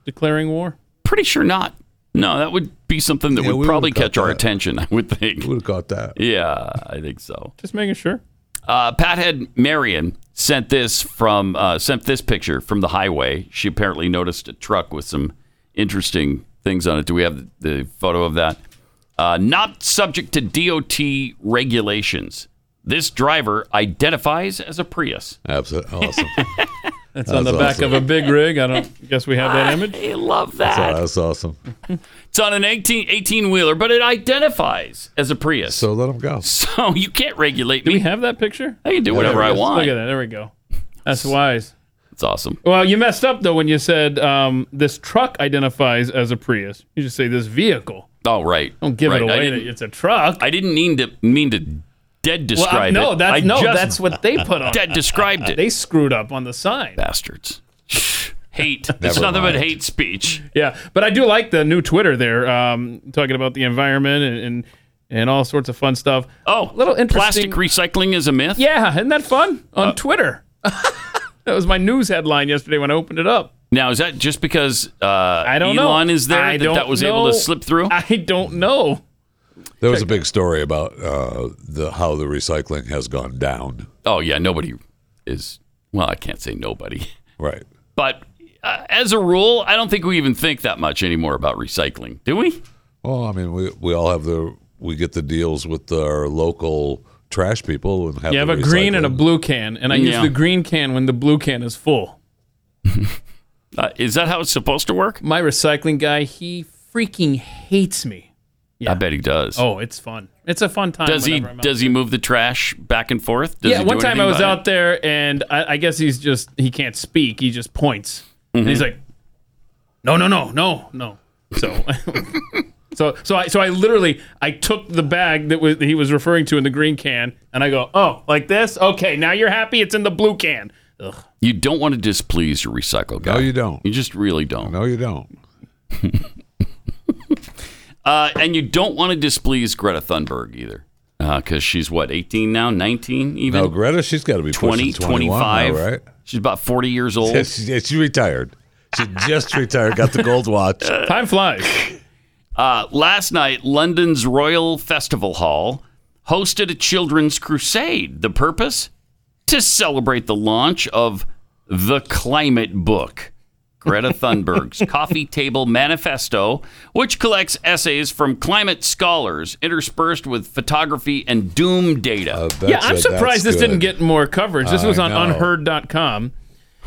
declaring war? Pretty sure not. No, that would be something that Yeah, we would would've probably got catch our that. attention, I would think. Would have got that. Yeah, I think so. Just making sure. Uh, Pathead Marion sent this from uh, sent this picture from the highway. She apparently noticed a truck with some interesting things on it. Do we have the photo of that? Uh, not subject to DOT regulations. This driver identifies as a Prius. Absolutely oh, awesome. That's on the back of a big rig. I don't guess we have that image. I love That's, that. that's awesome. It's on an 18, 18 wheeler, but it identifies as a Prius. So let them go. So you can't regulate me. Do we have that picture? I can do Yeah, whatever there it I is. want. Look at that. There we go. That's wise. It's awesome. Well, you messed up though when you said um, this truck identifies as a Prius. You just say this vehicle. Oh, right. Don't give Right, it I away. didn't- that It's a truck. I didn't mean to mean to dead Well, I- describe no, it. that's I no, just that's what they put on. Dead described it. They screwed up on the sign. Bastards. Hate. it's Never nothing but mind. hate speech. Yeah, but I do like the new Twitter there, um, talking about the environment and, and and all sorts of fun stuff. Oh, little interesting. Plastic Uh, recycling is a myth. Yeah, isn't that fun on Twitter? that was my news headline yesterday when I opened it up. Now is that just because uh, I don't know. Elon is there I that don't that was know. able to slip through? I don't know. There was a big story about uh, the how the recycling has gone down. Oh yeah, nobody is. Well, I can't say nobody, Right. but uh, as a rule, I don't think we even think that much anymore about recycling, do we? Well, I mean, we we all have the we get the deals with our local trash people and have. you have the a green recycling. and a blue can, and I Yeah. use the green can when the blue can is full. uh, is that how it's supposed to work? My recycling guy, he freaking hates me. I bet he does. Oh, it's fun. It's a fun time. does he? whenever I'm out Does he move the trash back and forth? Does yeah, he one do time I anything was about it? out there, and I, I guess he's just he can't speak. He just points, and he's Mhm. like, "No, no, no, no, no." So, so, so I, so I literally I took the bag that was that he was referring to in the green can, and I go, "Oh, like this? Okay, now you're happy. It's in the blue can." You don't want to displease your recycle guy. No, you don't. You just really don't. No, you don't. uh, and you don't want to displease Greta Thunberg either. Because she's what, 18 now? 19 even? No, Greta, she's got to be 20, 20, 21 now, 25. right? She's about 40 years old. Yeah, she, yeah, she retired. She just retired, got the gold watch. Time flies. Uh, last night, London's Royal Festival Hall hosted a children's crusade. The purpose? To celebrate the launch of The Climate Book, Greta Thunberg's coffee table manifesto, which collects essays from climate scholars interspersed with photography and doom data. yeah, I'm surprised this didn't get more coverage. This I was on know. unheard.com.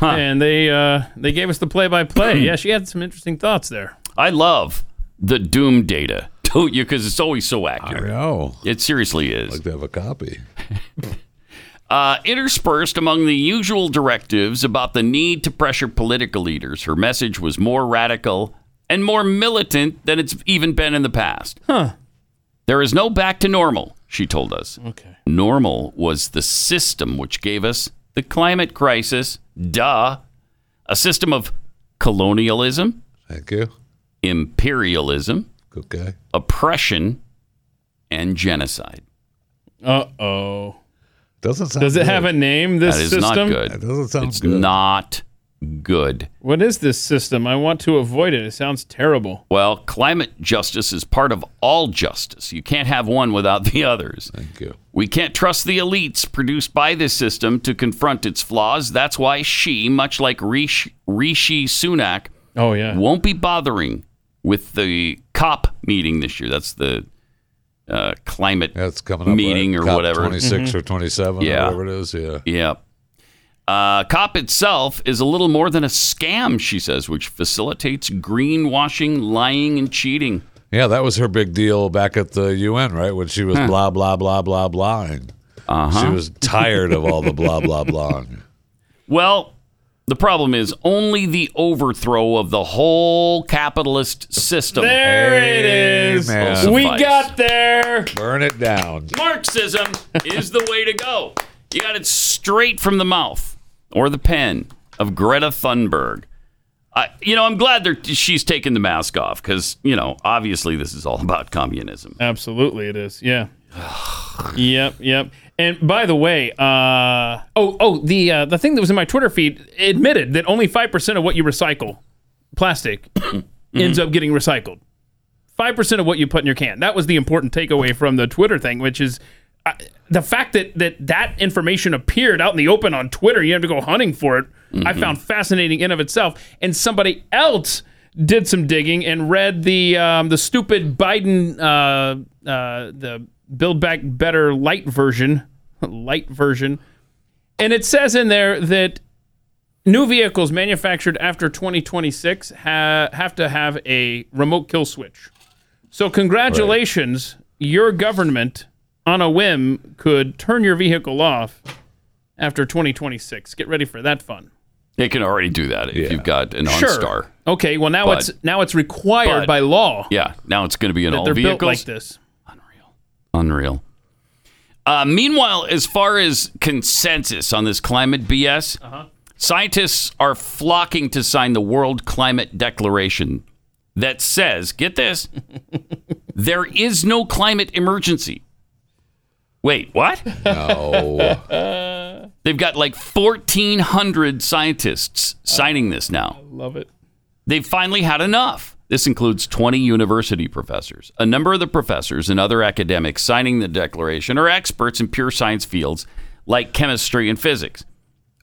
And they uh, they gave us the play by play. Yeah, she had some interesting thoughts there. I love the Doom data, don't you? Because it's always so accurate. I know. It seriously is. like to have a copy. uh, interspersed among the usual directives about the need to pressure political leaders, her message was more radical and more militant than it's even been in the past. Huh. There is no back to normal, she told us. Okay. Normal was the system which gave us the climate crisis, duh. A system of colonialism. Thank you. Imperialism. Okay. Oppression and genocide. Uh oh. Doesn't Does it have a name? This that is system not good. it's not good. What is this system? I want to avoid it. It sounds terrible. Well, climate justice is part of all justice. You can't have one without the others. Thank you. We can't trust the elites produced by this system to confront its flaws. That's why she, much like Rishi, Rishi Sunak, oh yeah, won't be bothering with the COP meeting this year. That's the uh, climate up, meeting right? or COP whatever, Mm-hmm. 26 or 27 or whatever it is. Yeah, yeah. Uh, COP itself is a little more than a scam, she says, which facilitates greenwashing, lying, and cheating. Yeah, that was her big deal back at the UN, right? When she was Huh. blah blah blah blah blahing. Uh-huh. She was tired of all the blah blah blahing. Well, the problem is only the overthrow of the whole capitalist system. There it is. Will We suffice. got there. Burn it down. Marxism is the way to go. You got it straight from the mouth or the pen of Greta Thunberg. I, you know, I'm glad that she's taking the mask off because, you know, obviously this is all about communism. Absolutely, it is. Yeah. yep, yep. And by the way, uh, oh, oh, the uh, the thing that was in my Twitter feed admitted that only five percent of what you recycle, plastic, ends up getting recycled. Five percent of what you put in your can. That was the important takeaway from the Twitter thing, which is uh, the fact that, that that information appeared out in the open on Twitter. You have to go hunting for it. I Mhm. found fascinating in of itself. And somebody else did some digging and read the um, the stupid Biden uh, uh, the Build Back Better light version, light version, and it says in there that new vehicles manufactured after 2026 ha- have to have a remote kill switch. So congratulations, your government on a whim could turn your vehicle off after 2026. Get ready for that fun. They can already do that if you've got an OnStar. Sure. Okay, well now But- it's now it's required but- by law Yeah, now it's going to be in that all they're vehicles. built like this. Unreal. Uh, meanwhile, as far as consensus on this climate BS, Uh-huh. scientists are flocking to sign the World Climate Declaration that says, get this, there is no climate emergency. Wait, what? No. They've got like 1,400 scientists signing this now. Love it. They've finally had enough. This includes 20 university professors. A number of the professors and other academics signing the declaration are experts in pure science fields like chemistry and physics.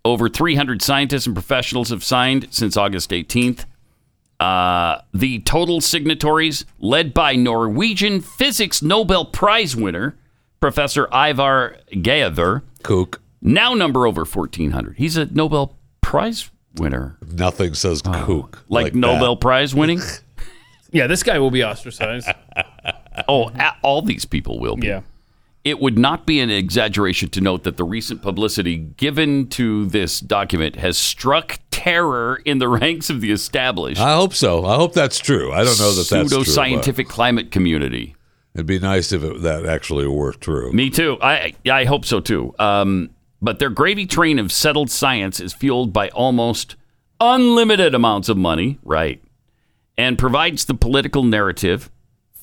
Over 300 scientists and professionals have signed since August 18th. Uh, the total signatories, led by Norwegian physics Nobel Prize winner Professor Ivar Geijer, Kook, now number over 1,400. He's a Nobel Prize winner. Nothing says kook like, Nobel Prize winning. Yeah, this guy will be ostracized. oh, Mm-hmm. a- all these people will be. Yeah. It would not be an exaggeration to note that the recent publicity given to this document has struck terror in the ranks of the established. I hope so. I hope that's true. I don't know that that's true. Pseudoscientific climate community. It'd be nice if it, that actually were true. Me too. I I hope so too. Um, But their gravy train of settled science is fueled by almost unlimited amounts of money, right? And provides the political narrative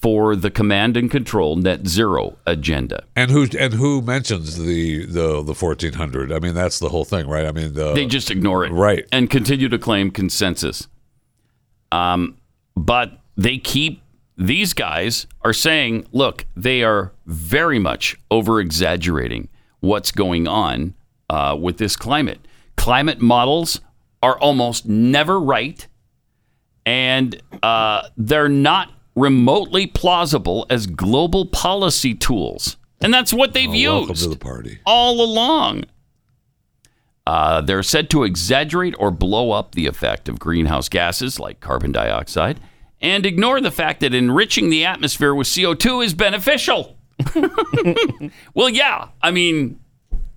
for the command and control net zero agenda. And who and who mentions the the the fourteen hundred? I mean, that's the whole thing, right? I mean, the, they just ignore it, uh, right, and continue to claim consensus. Um, but they keep these guys are saying, look, they are very much over exaggerating what's going on uh, with this climate. Climate models are almost never right, and uh, they're not remotely plausible as global policy tools. And that's what they've welcome used to the party. all along. Uh, they're said to exaggerate or blow up the effect of greenhouse gases like carbon dioxide and ignore the fact that enriching the atmosphere with CO2 is beneficial. well, yeah, I mean,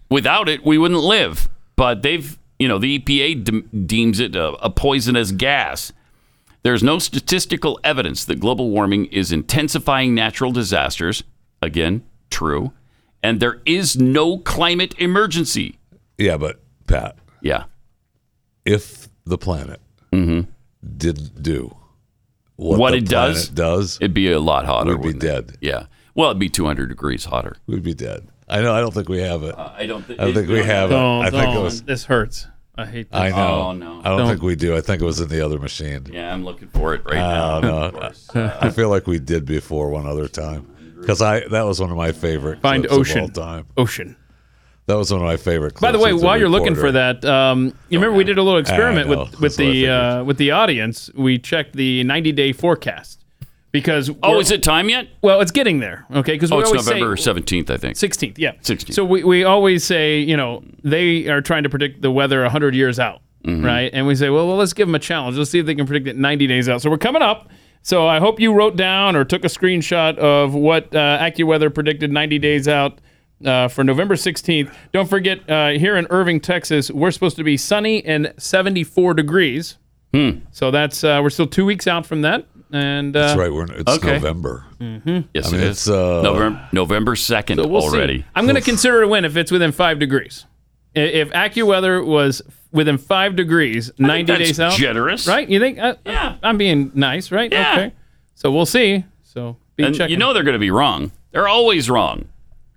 without it, we wouldn't live. But they've, you know, the E EPA de- deems it a, a poisonous gas. There's no statistical evidence that global warming is intensifying natural disasters. Again, true. And there is no climate emergency. Yeah, but Pat, yeah, Mm-hmm. if the planet didn't do What, what, the it does, planet does, it'd be a lot hotter. We'd be wouldn't it? dead. Yeah. Well, it'd be 200 degrees hotter. Uh, We'd be dead. I know. I don't think we have it. I don't think. I don't think we have Don't, it. I think it don't. was. This hurts. I hate this. I know. I don't, Don't. think we do. I think it was in the other machine. Oh, Yeah, I'm looking for it right I now. Uh, don't know. I feel like we did before one other time because I that was one of my favorite. Find clips of ocean. all time. Ocean. That was one of my favorite. Clips By the way, of while you're looking for reporter. that, um, you remember we did a little experiment I know. with, with That's what I the uh, with the audience. We checked the 90 day forecast because Oh, we're- is it time yet? Well, it's getting there. Okay, because Oh, we it's always November say 17th, I think. 16th. Yeah, 16th. So we, we always say you know they are trying to predict the weather 100 years out, Mhm. right? And we say, well, well, let's give them a challenge. Let's see if they can predict it 90 days out. So we're coming up. So I hope you wrote down or took a screenshot of what uh, AccuWeather predicted 90 days out. Uh, for November 16th. Don't forget, uh, here in Irving, Texas, we're supposed to be sunny and 74 degrees. Hmm. So that's, uh, we're still two weeks out from that. And uh, That's right. We're in, it's okay. November. Mhm. Yes, I mean, it is. it's, uh, November, November 2nd So we'll see. already. I'm going to consider it a win if it's within five degrees. I- If AccuWeather was within five degrees, 90 that's days out. generous. Right? You think? Uh, yeah. I'm being nice, right? Yeah. Okay. So we'll see. So be and checking. you know they're going to be wrong. They're always wrong.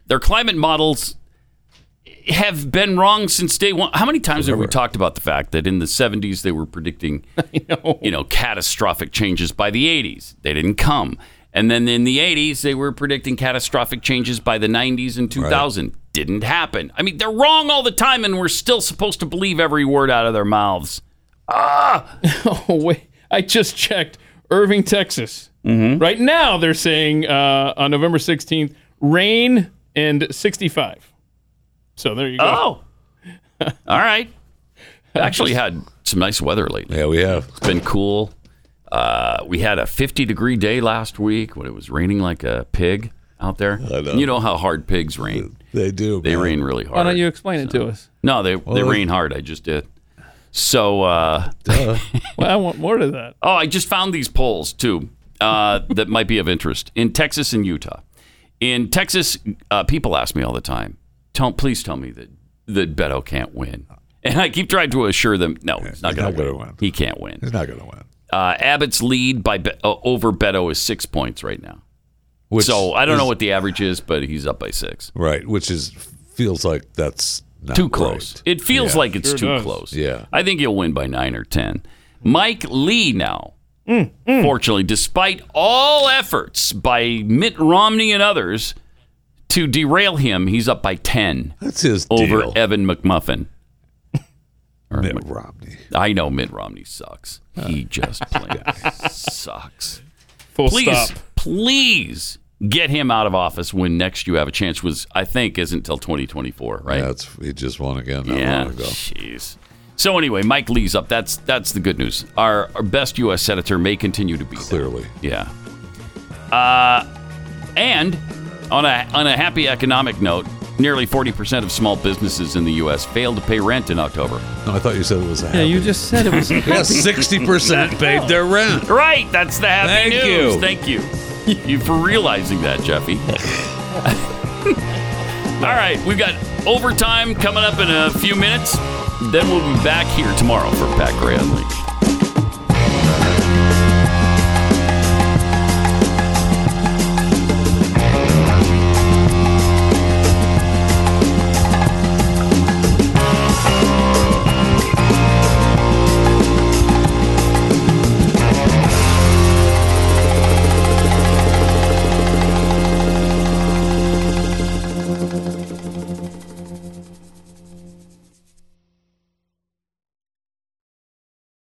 Their climate models have been wrong since day one. How many times have we talked about the fact that in the 70s they were predicting, you know, catastrophic changes by the 80s? They didn't come. And then in the 80s they were predicting catastrophic changes by the 90s and 2000. Didn't happen. I mean, they're wrong all the time, and we're still supposed to believe every word out of their mouths. oh, wait. I just checked Irving, Texas. Mm-hmm. Right now, they're saying uh, on November 16th, rain and 65. So there you go. Oh. All right. Actually had some nice weather lately. Yeah, we have. It's been cool. Uh, we had a 50 degree day last week when it was raining like a pig out there. You know how hard pigs rain. They do. They rain really Why hard. don't you explain it to us? No, they they Well, rain hard. I just did. So uh, Well, I want more to that. Oh, I just found these polls too uh, that might be of interest in Texas and Utah. In Texas, uh, people ask me all the time, "Don't please tell me that that Beto can't win," and I keep trying to assure them, "No, he's not going to win. He can't win. He's not going to win." Uh, Abbott's lead by Be- uh, over Beto is six points right now. Which so I don't know is- what the average is, but he's up by six. Right, which is feels like that's not too close. right. It feels Yeah. like it's Sure too does. close. Yeah. I think he'll win by nine or ten. Mike Lee now. Mm, Fortunately, despite all efforts by Mitt Romney and others to derail him, he's up by ten. That's his over deal. Evan McMuffin. Or Mitt Mc- Romney. Uh, I know Mitt Romney sucks. He just plain sucks. Full please, stop. please get him out of office when next you have a chance. Was I think isn't until 2024, right? That's he just won again. Not Yeah, long ago. jeez. So anyway, Mike Lee's up. That's that's the good news. Our, our best U.S. senator may continue to be clearly. Yeah. Uh, and on a on a happy economic note, nearly forty percent of small businesses in the U.S. failed to pay rent in October. No, I thought you said it was a Yeah, you just said it was. Yeah, 60% paid their rent. Right, that's the happy Thank news. you. Thank you. You for realizing that, Jeffy. All right, we've got overtime coming up in a few minutes. Then we'll be back here tomorrow for Pat Gray Unleashed.